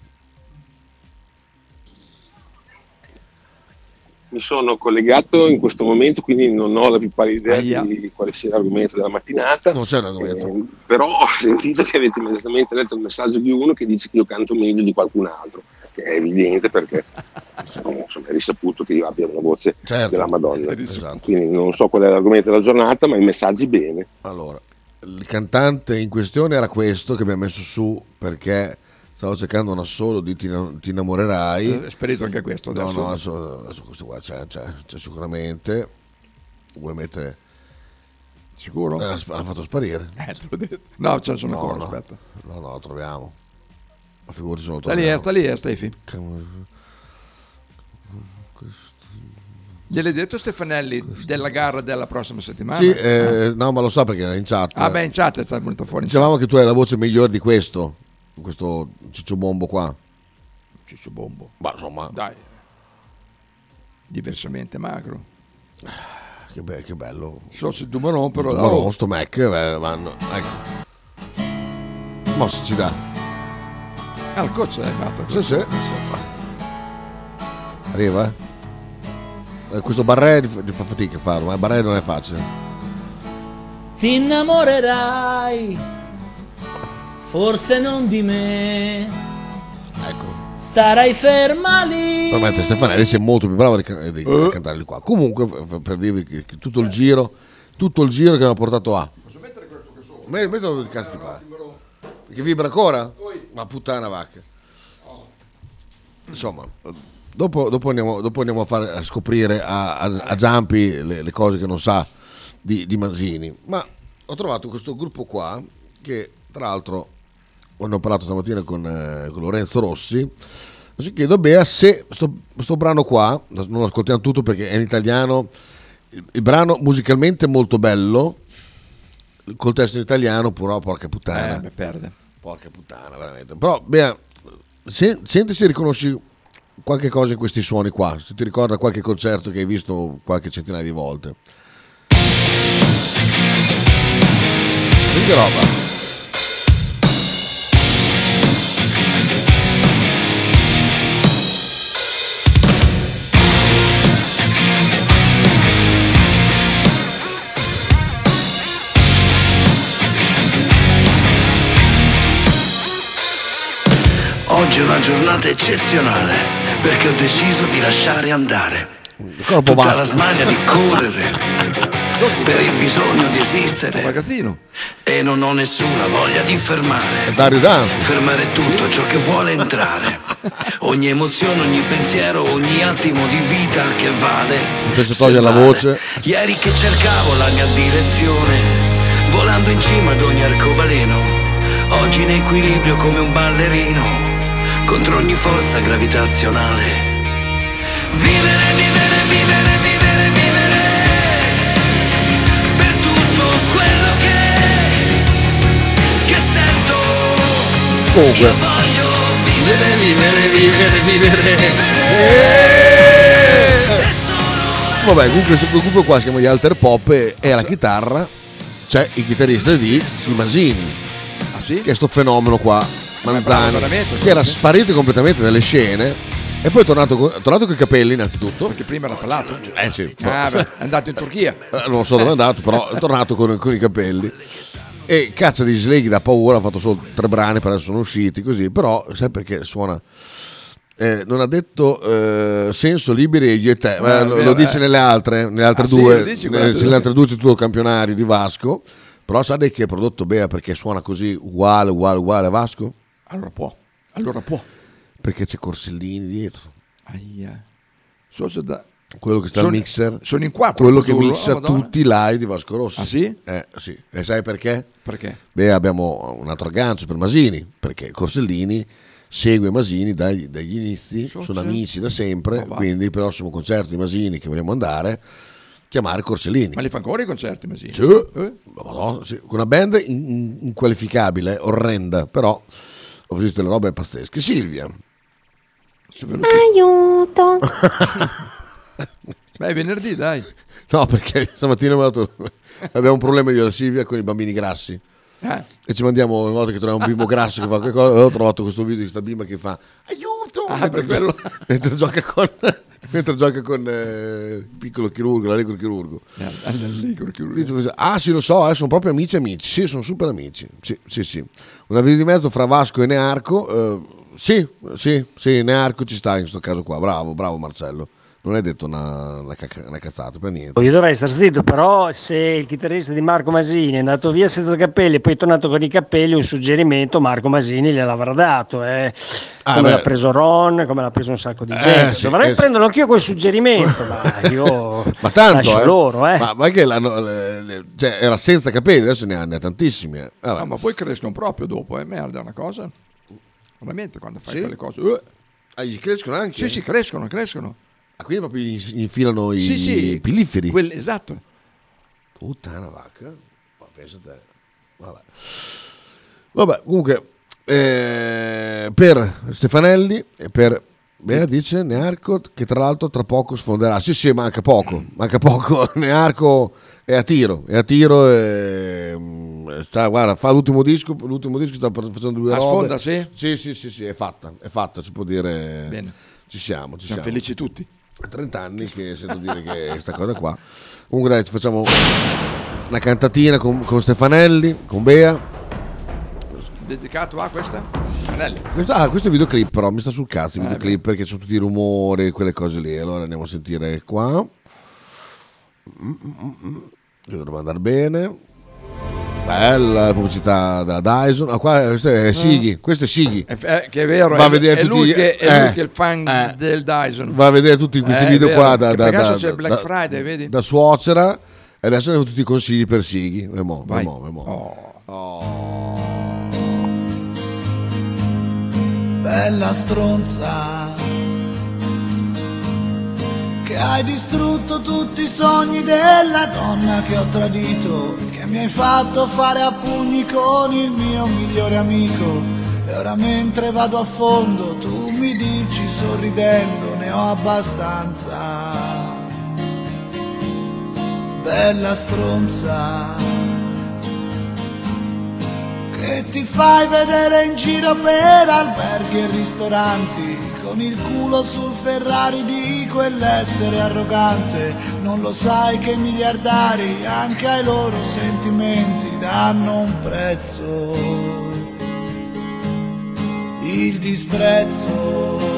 Speaker 24: Mi sono collegato in questo momento, quindi non ho la più pallida idea di quale sia l'argomento della mattinata.
Speaker 11: Non c'è l'argomento.
Speaker 24: però ho sentito che avete immediatamente letto Eh, il messaggio di uno che dice che io canto meglio di qualcun altro, che è evidente
Speaker 11: [laughs]
Speaker 24: perché insomma, è risaputo che io abbia una voce
Speaker 11: Certo.
Speaker 24: della
Speaker 11: [laughs]
Speaker 24: Madonna.
Speaker 11: Esatto.
Speaker 24: Quindi non so qual è l'argomento della giornata, ma i messaggi bene.
Speaker 11: Allora, il cantante in questione era questo che mi ha messo su perché stavo cercando un assolo di Ti, ti innamorerai.
Speaker 13: Eh, è sparito anche questo
Speaker 11: No,
Speaker 13: adesso.
Speaker 11: no, adesso, adesso questo qua c'è, c'è- c'è sicuramente. Vuoi mettere...
Speaker 13: Sicuro?
Speaker 11: Eh, l'ha sp- l'ha fatto sparire.
Speaker 13: Eh, te l'ho detto. No, ce ne sono
Speaker 11: No,
Speaker 13: ancora,
Speaker 11: no.
Speaker 13: aspetta.
Speaker 11: No, no, lo troviamo. Ma figurati se lo
Speaker 13: Sta lì, eh,
Speaker 11: troviamo.
Speaker 13: sta lì, eh, Stefi. Gliel'hai detto Stefanelli della gara della prossima settimana?
Speaker 11: Sì, eh, no, ma lo sa perché era in chat.
Speaker 13: Ah, beh, in chat è stato venuto fuori. in
Speaker 11: Dicevamo che tu hai la voce migliore di questo, questo ciccio bombo qua.
Speaker 13: chat. Ciccio Bombo.
Speaker 11: Ma insomma...
Speaker 13: Dai. Diversamente magro.
Speaker 11: Ah, Che, be- che bello.
Speaker 13: So se Dumaron però...
Speaker 11: Ma
Speaker 13: oh,
Speaker 11: no, sto Mac, eh, vanno. Ecco. Mo se ci dà.
Speaker 13: Ah, il coach è andato.
Speaker 11: Sì, sì. Arriva, eh. Eh, Questo barré gli fa gli fa fatica a farlo, ma il barré non è facile.
Speaker 23: Ti innamorerai, forse non di me.
Speaker 11: Ecco.
Speaker 23: Starai ferma lì.
Speaker 11: Per me te, Stefanelli sei molto più bravo di, ca- di-
Speaker 13: Eh.
Speaker 11: di cantarli qua. Comunque, f- per dirvi che, che tutto il giro, tutto il giro che mi ha portato a. Posso mettere questo che so? Mettilo di cazzo qua. Che vibra ancora? Ma puttana vacca. Insomma, dopo, dopo andiamo, dopo andiamo a, fare- a scoprire a, a, a Giampi le, le cose che non sa di, di Manzini. Ma ho trovato questo gruppo qua che tra l'altro ne ho parlato stamattina con, eh, con Lorenzo Rossi. Adesso chiedo a Bea se sto, sto brano qua, non lo ascoltiamo tutto perché è in italiano, il, il brano musicalmente è molto bello, col testo in italiano però porca puttana.
Speaker 13: Eh, beh, perde.
Speaker 11: Porca puttana, veramente. Però Bea, se- senti se riconosci qualche cosa in questi suoni qua, se ti ricorda qualche concerto che hai visto qualche centinaia di volte. Quindi che roba.
Speaker 10: Oggi è una giornata eccezionale perché ho deciso di lasciare andare
Speaker 11: corpo
Speaker 10: tutta
Speaker 11: basta.
Speaker 10: la smania di correre per il bisogno di esistere. E non ho nessuna voglia di fermare.
Speaker 11: Dario Danzo.
Speaker 10: Fermare tutto ciò che vuole entrare. Ogni emozione, ogni pensiero, ogni attimo di vita che vale.
Speaker 11: Non penso togliere la voce.
Speaker 10: Ieri che cercavo la mia direzione, volando in cima ad ogni arcobaleno. Oggi in equilibrio come un ballerino, contro ogni forza gravitazionale. Vivere, vivere, vivere, vivere, vivere. Per tutto quello che, che sento. Io voglio vivere, vivere, vivere, vivere.
Speaker 13: Eh!
Speaker 10: Eh E
Speaker 11: Vabbè, comunque questo gruppo qua si chiama gli Alter Pop e, e alla chitarra c'è il chitarrista di di Masini. Che è sto fenomeno qua,
Speaker 13: Ah, bravo
Speaker 11: Manzani,
Speaker 13: veramente,
Speaker 11: che era sparito completamente dalle scene e poi è tornato, co- è tornato con i capelli innanzitutto.
Speaker 13: Perché prima era palato.
Speaker 11: Eh sì,
Speaker 13: Ah,
Speaker 11: poi-
Speaker 13: beh, è andato in Turchia. Eh.
Speaker 11: Eh, non so dove è andato, però è tornato con, con i capelli. E cazzo di sleghi da paura, ha fatto solo tre brani, per adesso sono usciti così, però sai perché suona... Eh, non ha detto eh, senso liberi e io e te, ma
Speaker 13: Eh,
Speaker 11: lo,
Speaker 13: vero,
Speaker 11: lo dice
Speaker 13: eh.
Speaker 11: nelle altre, nelle altre
Speaker 13: Ah, sì,
Speaker 11: due,
Speaker 13: lo dici
Speaker 11: nelle-
Speaker 13: quelle altre
Speaker 11: nelle
Speaker 13: due.
Speaker 11: altre due c'è tutto il campionario di Vasco, però sa di che è prodotto Bea perché suona così uguale, uguale, uguale a Vasco?
Speaker 13: Allora può. Allora può.
Speaker 11: Perché c'è Corsellini dietro,
Speaker 13: Aia. So se da...
Speaker 11: quello che sta al
Speaker 13: Sono-
Speaker 11: mixer,
Speaker 13: sono in quattro,
Speaker 11: quello che
Speaker 13: Turro,
Speaker 11: mixa
Speaker 13: oh, Madonna.
Speaker 11: tutti i live di Vasco Rossi.
Speaker 13: Ah, sì?
Speaker 11: Eh, sì. E sai perché?
Speaker 13: Perché?
Speaker 11: Beh, abbiamo un altro aggancio per Masini, perché Corsellini segue Masini dai- dagli inizi, sono
Speaker 13: sì. Oh,
Speaker 11: amici da sempre, quindi il prossimo concerto di Masini che vogliamo andare, chiamare Corsellini.
Speaker 13: Ma li fa ancora i concerti, Eh? Masini?
Speaker 11: Sì. Ma madonna, sì, con una band in- in- inqualificabile, orrenda, però ho visto delle robe pazzesche. Silvia.
Speaker 25: Aiuto!
Speaker 19: [laughs]
Speaker 13: Beh, è venerdì, dai.
Speaker 11: [laughs] No, perché stamattina mi ha dato- abbiamo un problema io e Silvia con i bambini grassi.
Speaker 13: Eh.
Speaker 11: E ci mandiamo una volta che troviamo un bimbo grasso che fa qualcosa. Avevo trovato questo video di sta bimba che fa aiuto
Speaker 13: Ah,
Speaker 11: mentre, [laughs] mentre gioca con, mentre gioca con eh, il piccolo chirurgo, l'allegro chirurgo.
Speaker 13: Eh, L'allegro
Speaker 11: chirurgo. Ah, sì, lo so, eh, sono proprio amici amici. Sì, sono super amici. Sì, sì, sì. Una via di mezzo fra Vasco e Nearco. eh, sì, sì, sì, Nearco ci sta in questo caso qua. Bravo, bravo Marcello. Non hai detto una, una cacca- una cazzata per niente.
Speaker 18: Io dovrei star zitto, però se il chitarrista di Marco Masini è andato via senza capelli e poi è tornato con i capelli, un suggerimento Marco Masini gliel'avrà dato. eh.
Speaker 11: Ah,
Speaker 18: come
Speaker 11: beh.
Speaker 18: l'ha preso Ron, come l'ha preso un sacco di
Speaker 11: Eh,
Speaker 18: gente.
Speaker 11: sì,
Speaker 18: dovrei
Speaker 11: eh, sì.
Speaker 18: prenderlo anch'io
Speaker 11: [laughs]
Speaker 18: quel suggerimento, ma io
Speaker 11: ma tanto
Speaker 18: lascio
Speaker 11: eh.
Speaker 18: loro. eh.
Speaker 11: Ma, ma è che l'hanno- le- le- cioè, era senza capelli, adesso ne ha, ne ha tantissimi. eh. Vabbè.
Speaker 13: No, Ah, ma poi crescono proprio dopo, eh, merda, è una cosa. Veramente quando fai
Speaker 11: Sì?
Speaker 13: quelle cose. eh.
Speaker 11: Ah, gli crescono anche?
Speaker 13: Sì, sì, crescono, crescono.
Speaker 11: Ah, quindi proprio gli, gli infilano i,
Speaker 13: Sì, sì.
Speaker 11: i pilliferi.
Speaker 13: Quelli- esatto.
Speaker 11: Puttana vacca. Ma pensa te. Vabbè. Vabbè, comunque, eh, per Stefanelli e per Bea dice Nearco che tra l'altro tra poco sfonderà. Sì, sì, manca poco, manca poco. [laughs] Nearco è a tiro, è a tiro e mm, sta, guarda, fa l'ultimo disco, l'ultimo disco sta per- facendo due
Speaker 13: Ah,
Speaker 11: robe.
Speaker 13: sfonda, sì?
Speaker 11: Sì, sì, sì, sì, è fatta, è fatta, si può dire.
Speaker 13: Bene.
Speaker 11: Ci siamo, ci
Speaker 13: Siamo
Speaker 11: siamo.
Speaker 13: felici tutti.
Speaker 11: 30 anni che sento dire che questa cosa qua. Comunque dai, ci facciamo una cantatina con, con Stefanelli, con Bea.
Speaker 13: [laughs] Dedicato a questa? Anelli.
Speaker 11: Questa- ah, questo è il videoclip però, mi sta sul cazzo il
Speaker 13: Eh,
Speaker 11: videoclip perché ci sono tutti i rumori, quelle cose lì. Allora andiamo a sentire qua. Mm, mm, mm. Io Dovrebbe andare bene. Bella la pubblicità della Dyson. Ah, qua questo è Sighi, questo è Sighi.
Speaker 13: Eh, che Eh. è vero,
Speaker 11: Va a
Speaker 13: è,
Speaker 11: vedere
Speaker 13: è
Speaker 11: tutti
Speaker 13: lui
Speaker 11: gli-
Speaker 13: che, è lui
Speaker 11: eh,
Speaker 13: che è il fan del Dyson.
Speaker 11: va a vedere tutti questi
Speaker 13: Eh, è
Speaker 11: video
Speaker 13: vero,
Speaker 11: qua da,
Speaker 13: che
Speaker 11: da-
Speaker 13: per caso
Speaker 11: da-
Speaker 13: c'è il Black
Speaker 11: da-
Speaker 13: Friday, vedi?
Speaker 11: da suocera e adesso abbiamo tutti i consigli per Sighi e mo, e
Speaker 13: Vai. Oh.
Speaker 11: mo, e mo. Oh.
Speaker 5: bella stronza, che hai distrutto tutti i sogni della donna che ho tradito, che mi hai fatto fare a pugni con il mio migliore amico. E ora mentre vado a fondo tu mi dici sorridendo ne ho abbastanza. Bella stronza che ti fai vedere in giro per alberghi e ristoranti, con il culo sul Ferrari di quell'essere arrogante, non lo sai che i miliardari anche ai loro sentimenti danno un prezzo, il disprezzo.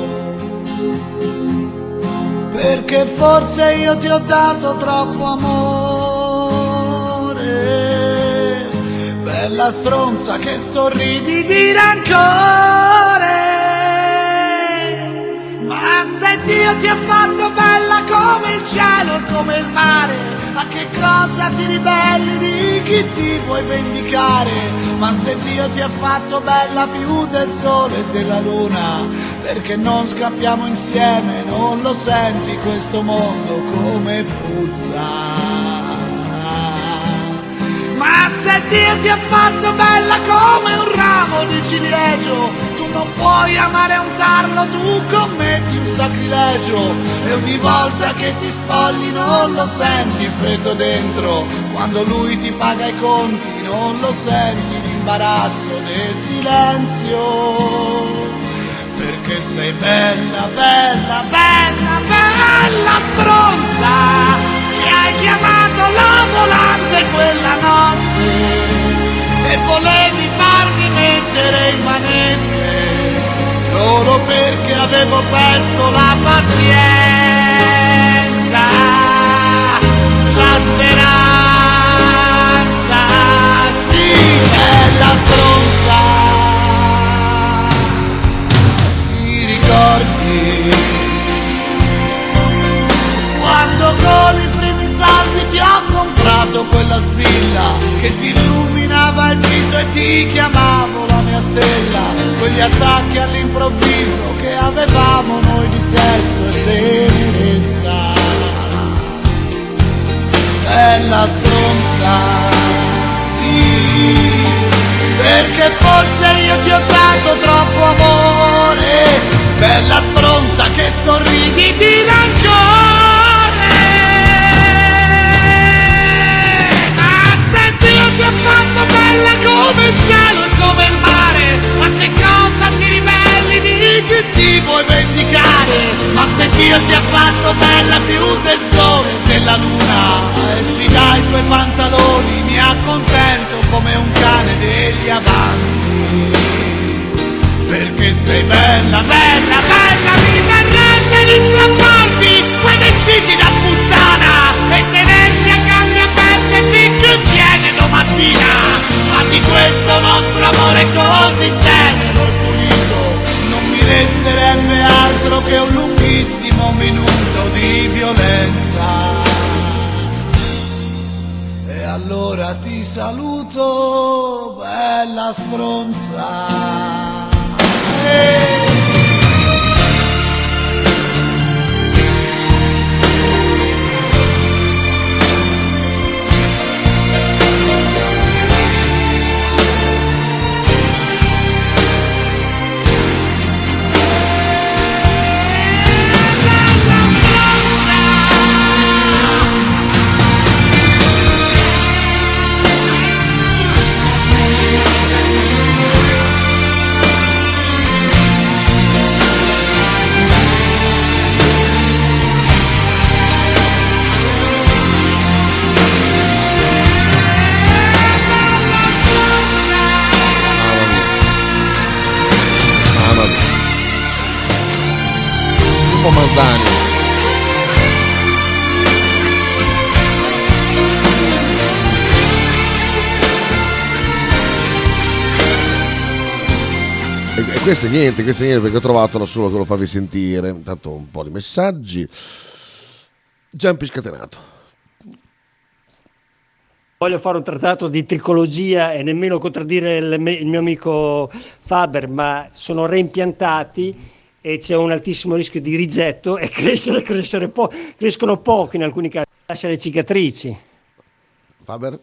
Speaker 5: Perché forse io ti ho dato troppo amore bella stronza che sorridi di rancore. Ma se Dio ti ha fatto bella come il cielo e come il mare, a che cosa ti ribelli di chi ti vuoi vendicare? Ma se Dio ti ha fatto bella più del sole e della luna, perché non scappiamo insieme, non lo senti questo mondo come puzza? Ma se Dio ti ha fatto bella come un ramo di ciliegio, tu non puoi amare un tarlo, tu commetti un sacrilegio. E ogni volta che ti spogli non lo senti freddo dentro, quando lui ti paga i conti non lo senti l'imbarazzo del silenzio. Perché sei bella, bella, bella, bella stronza che hai chiamato la volante quella notte e volevi farmi mettere in manette solo perché avevo perso la pazienza, la speranza, sì, bella stronza ti ricordi quando con i primi saldi ti ho comprato quella spilla che ti illuminava il viso e e ti chiamavo la mia stella, quegli attacchi all'improvviso che avevamo noi di sesso e tenerezza. Bella stronza, sì, perché forse io ti ho dato troppo amore, bella stronza che sorridi di rancore. Ma se Dio ti ha fatto bella come il cielo e come il mare, ma che cosa ti ribelli di chi ti vuoi vendicare? Ma se Dio ti ha fatto bella più del sole e della luna, esci dai tuoi pantaloni, mi accontento come un cane degli avanzi. Perché sei bella, bella, bella, mi verrebbe di strapparti quei vestiti da puttana e tenerti a gambe aperte finché viene domattina. Ma di questo nostro amore così tenero e pulito non mi resterebbe altro che un lunghissimo minuto di violenza. E allora ti saluto, bella stronza.
Speaker 11: Mamma mia. Un po' Marzani. E e questo è niente, questo è niente perché ho trovato la sola che lo farvi sentire. Intanto un po' di messaggi. Giampi scatenato.
Speaker 18: Voglio fare un trattato di tricologia e nemmeno contraddire il, me- il mio amico Faber, ma sono reimpiantati e c'è un altissimo rischio di rigetto e [laughs] crescere, crescere po- crescono poco in alcuni casi, lasciano le cicatrici.
Speaker 11: Faber?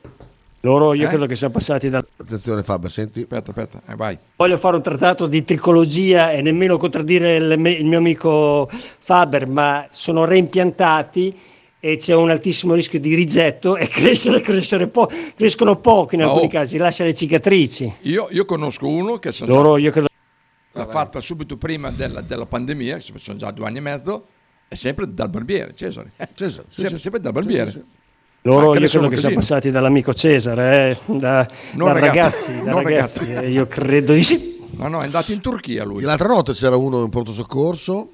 Speaker 18: Loro io
Speaker 11: Eh?
Speaker 18: credo che siano passati da...
Speaker 11: Attenzione Faber, senti.
Speaker 13: Aspetta, aspetta, eh, vai.
Speaker 18: Voglio fare un trattato di tricologia e nemmeno contraddire il, me- il mio amico Faber, ma sono reimpiantati e c'è un altissimo rischio di rigetto e [laughs] crescere, crescere po- crescono poco in
Speaker 13: Ma
Speaker 18: alcuni
Speaker 13: oh.
Speaker 18: casi, lascia le cicatrici.
Speaker 13: Io, io conosco uno che sono
Speaker 18: Loro io credo...
Speaker 13: l'ha fatta subito prima della, della pandemia, ci sono già due anni e mezzo, è sempre dal barbiere, Cesare.
Speaker 11: Eh, Cesare,
Speaker 18: sì,
Speaker 13: sempre,
Speaker 18: sì.
Speaker 13: sempre dal barbiere.
Speaker 18: Sì, sì, Loro
Speaker 13: Anche
Speaker 18: io
Speaker 13: le
Speaker 18: credo
Speaker 13: sono
Speaker 18: che siano
Speaker 13: così.
Speaker 18: passati dall'amico Cesare, eh, da,
Speaker 13: Non
Speaker 18: da
Speaker 13: ragazzi,
Speaker 18: ragazzi, da
Speaker 13: non
Speaker 18: ragazzi,
Speaker 13: ragazzi.
Speaker 18: eh, io credo di sì.
Speaker 13: No, no, è andato in Turchia lui.
Speaker 11: L'altra notte c'era uno in pronto soccorso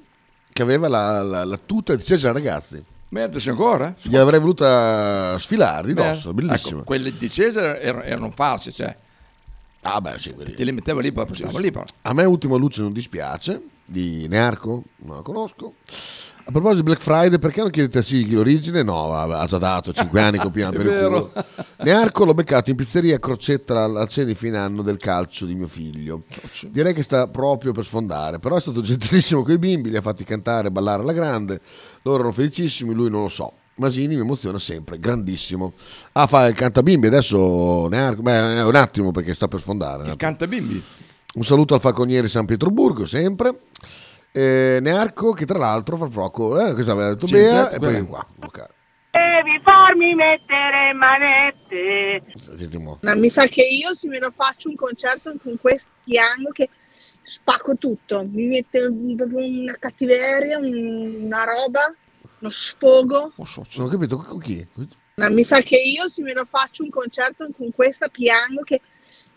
Speaker 11: che aveva la, la- la tuta di Cesare Ragazzi.
Speaker 13: Merda, c'è ancora?
Speaker 11: Gli avrei voluta sfilare di dosso,
Speaker 13: Beh,
Speaker 11: bellissimo.
Speaker 13: ecco, quelle di Cesare erano, erano false, cioè.
Speaker 11: Ah, beh, sì,
Speaker 13: Te le mettevo lì, poi passavo lì. Però.
Speaker 11: A me Ultima Luce non dispiace, di Nearco, non la conosco. A proposito di Black Friday, perché non chiedete a Sighi l'origine? No, va- ha già dato 5 anni copiamo
Speaker 13: [laughs] È
Speaker 11: per il
Speaker 13: vero.
Speaker 11: culo. Nearco l'ho beccato in pizzeria a Crocetta alla cena di fine anno del calcio di mio figlio. Direi che sta proprio per sfondare, però è stato gentilissimo con i bimbi, li ha fatti cantare e ballare alla grande. Loro erano felicissimi, lui non lo so. Masini mi emoziona sempre, grandissimo. Ah, fa il cantabimbi, adesso Nearco, beh, eh, un attimo perché sta per sfondare. un attimo.
Speaker 13: Canta bimbi.
Speaker 11: Un saluto al Falconieri San Pietroburgo, sempre. Eh, Nearco, che tra l'altro fa poco, eh, questa aveva detto
Speaker 13: Sì,
Speaker 11: Bea,
Speaker 13: certo,
Speaker 11: e
Speaker 13: quella.
Speaker 11: poi qua. ok.
Speaker 12: Devi farmi mettere manette.
Speaker 11: Senti un po'.
Speaker 12: Ma mi sa che io se me lo faccio un concerto con questo piango che spacco tutto, mi mette un- proprio una cattiveria, un- una roba, uno sfogo.
Speaker 13: cioè.
Speaker 11: Non ho capito, con chi?
Speaker 12: Ma mi sa che io se me lo faccio un concerto con questa piango che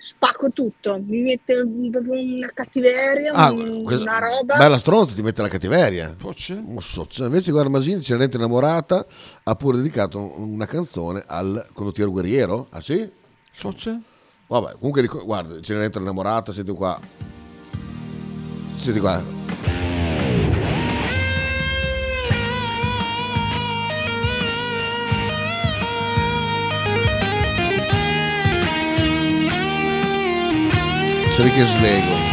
Speaker 12: spacco tutto, mi mette un- proprio una cattiveria,
Speaker 11: Ah,
Speaker 12: un-
Speaker 11: questa-
Speaker 12: una roba.
Speaker 11: bella stronza, ti mette la cattiveria. Non so, cioè, invece guarda Masini, Cenerente innamorata, ha pure dedicato una canzone al condottiero guerriero. Ah sì?
Speaker 13: Soce?
Speaker 11: Vabbè, comunque ric- guarda, Cenerente innamorata, senti qua. Senti qua. essere che slego.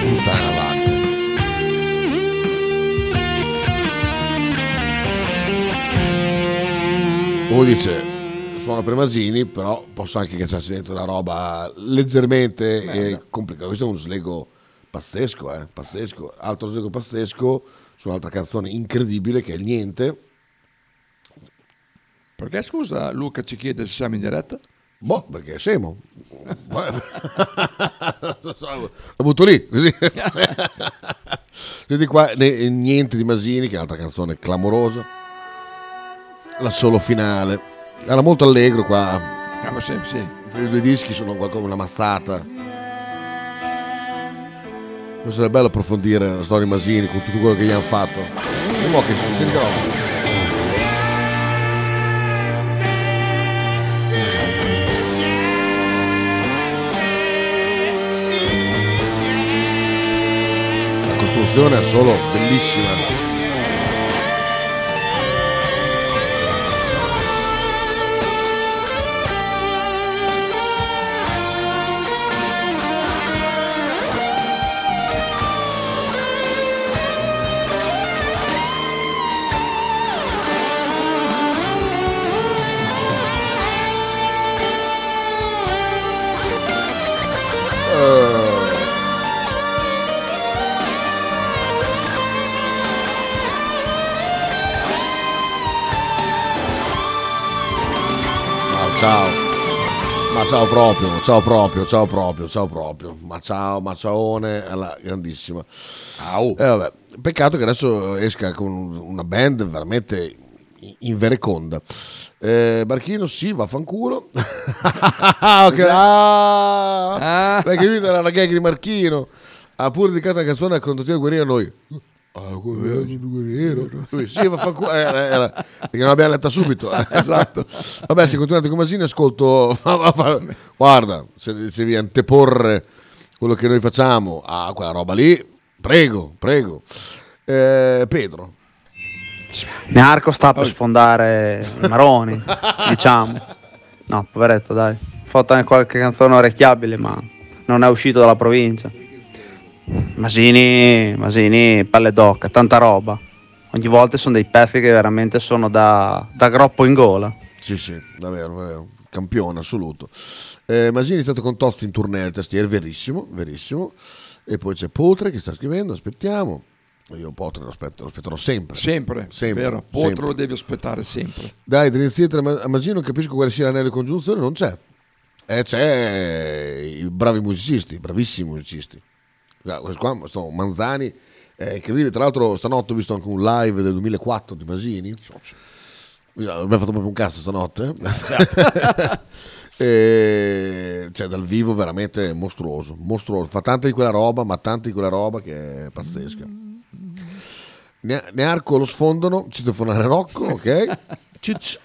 Speaker 11: Puttana vacca. Uno dice, suona per Masini, però posso anche cacciarsi dentro una roba leggermente eh, complicata. Questo è un slego pazzesco, eh, pazzesco. Altro slego pazzesco su un'altra canzone incredibile che è Niente.
Speaker 13: Perché scusa Luca ci chiede se siamo in diretta?
Speaker 11: Boh, perché siamo. [laughs] Lo butto lì, così. Senti qua, ne- Niente di Masini, che è un'altra canzone clamorosa. La solo finale. Era molto allegro qua. I due dischi sono qualcosa, una mazzata. Ma sarebbe bello approfondire la storia di Masini con tutto quello che gli hanno fatto. E mo che si si ritrova. La costruzione è solo bellissima. Eh. Ma ciao. Ma ciao proprio, ciao proprio, ciao proprio, ciao proprio. Ma ciao, ma ciaone, alla grandissima. Eh, vabbè, Peccato che adesso esca con una band veramente in- invereconda. Eh, Barchino, sì, vaffanculo. [laughs] ah, ok. Ah, perché lui era la gag di Marchino. Ha pure dedicato una canzone a Condottino Guerriero a noi. Ah, come è guerriero? Lui, Sì, vaffanculo. Era, era- perché non l'abbiamo letta subito.
Speaker 13: [laughs] Esatto.
Speaker 11: Vabbè, se continuate con Masini, ascolto. [laughs] Guarda, se, se vi anteporre quello che noi facciamo a quella roba lì, prego, prego. Eh, Pedro,
Speaker 25: Nearco sta per sfondare i maroni, diciamo. No, poveretto, dai. Ha fatto anche qualche canzone orecchiabile, ma non è uscito dalla provincia. Masini, Masini, pelle d'occa, tanta roba. Ogni volta sono dei pezzi che veramente sono da, da groppo in gola.
Speaker 11: Sì, sì, davvero, davvero. Campione assoluto. Eh, Masini è stato con Tosti in tournée al tastiere, verissimo, verissimo. E poi c'è Potre che sta scrivendo, aspettiamo. Io Potre lo, aspetto, lo aspetterò sempre.
Speaker 13: Sempre,
Speaker 11: sempre.
Speaker 13: vero. Potro
Speaker 11: sempre.
Speaker 13: lo devi aspettare sempre.
Speaker 11: Dai, Drinzietta a Masini, non capisco quale sia l'anello di congiunzione, non c'è. Eh, c'è i bravi musicisti, bravissimi musicisti. Guarda, questo Qua, sto- Manzani, è incredibile. Tra l'altro stanotte ho visto anche un live del 2004 di Masini. Abbiamo fatto proprio un cazzo stanotte. [laughs] E, cioè dal vivo veramente mostruoso, mostruoso. Fa tanta di quella roba, ma tanta di quella roba che è pazzesca. Ne- Nearco lo sfondano, citofonare Rocco, ok? Ciccio.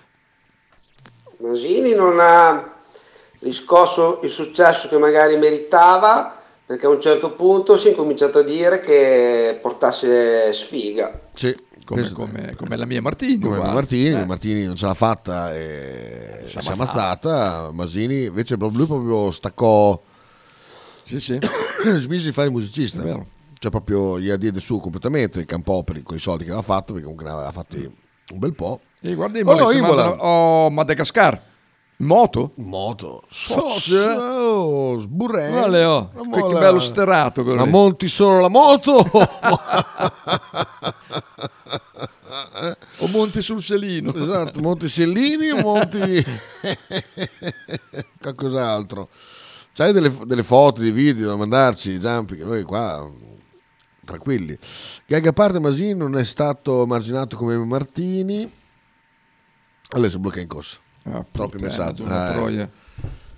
Speaker 15: Masini non ha riscosso il successo che magari meritava perché a un certo punto si è cominciato a dire che portasse sfiga.
Speaker 11: Sì,
Speaker 13: come, come- come la mia Martini.
Speaker 11: Come
Speaker 13: guarda.
Speaker 11: Martini,
Speaker 13: Eh,
Speaker 11: Martini non ce l'ha fatta e si
Speaker 13: Si è
Speaker 11: è ammazzata. Masini invece proprio- lui proprio staccò. [coughs]
Speaker 13: Sì, sì.
Speaker 11: Smise di fare il musicista. Cioè proprio gli addiede su completamente Campò per i- con i soldi che aveva fatto, perché comunque ne aveva fatti un bel po'.
Speaker 13: E Eh, guarda i
Speaker 11: Oh, no,
Speaker 13: Molise,
Speaker 11: Imola.
Speaker 13: mandano- oh, Madagascar. In Moto?
Speaker 11: Moto.
Speaker 13: Socio.
Speaker 11: Oh, sburrei.
Speaker 13: Vale, oh.
Speaker 11: La
Speaker 13: Che-
Speaker 11: mola.
Speaker 13: che bello sterato quello
Speaker 11: La
Speaker 13: lì.
Speaker 11: monti solo la moto.
Speaker 13: O monti sul selino.
Speaker 11: Esatto, monti sellini o
Speaker 13: [laughs]
Speaker 11: monti... qualcos'altro. C'hai delle, delle foto, dei video da mandarci, Giampi, che noi qua... Tranquilli. Gag a parte Masini non è stato marginato come Martini. Adesso blocca in corsa. Troppi
Speaker 13: Ah, puttana,
Speaker 11: messaggi.
Speaker 13: giorno
Speaker 11: Eh.
Speaker 13: troia.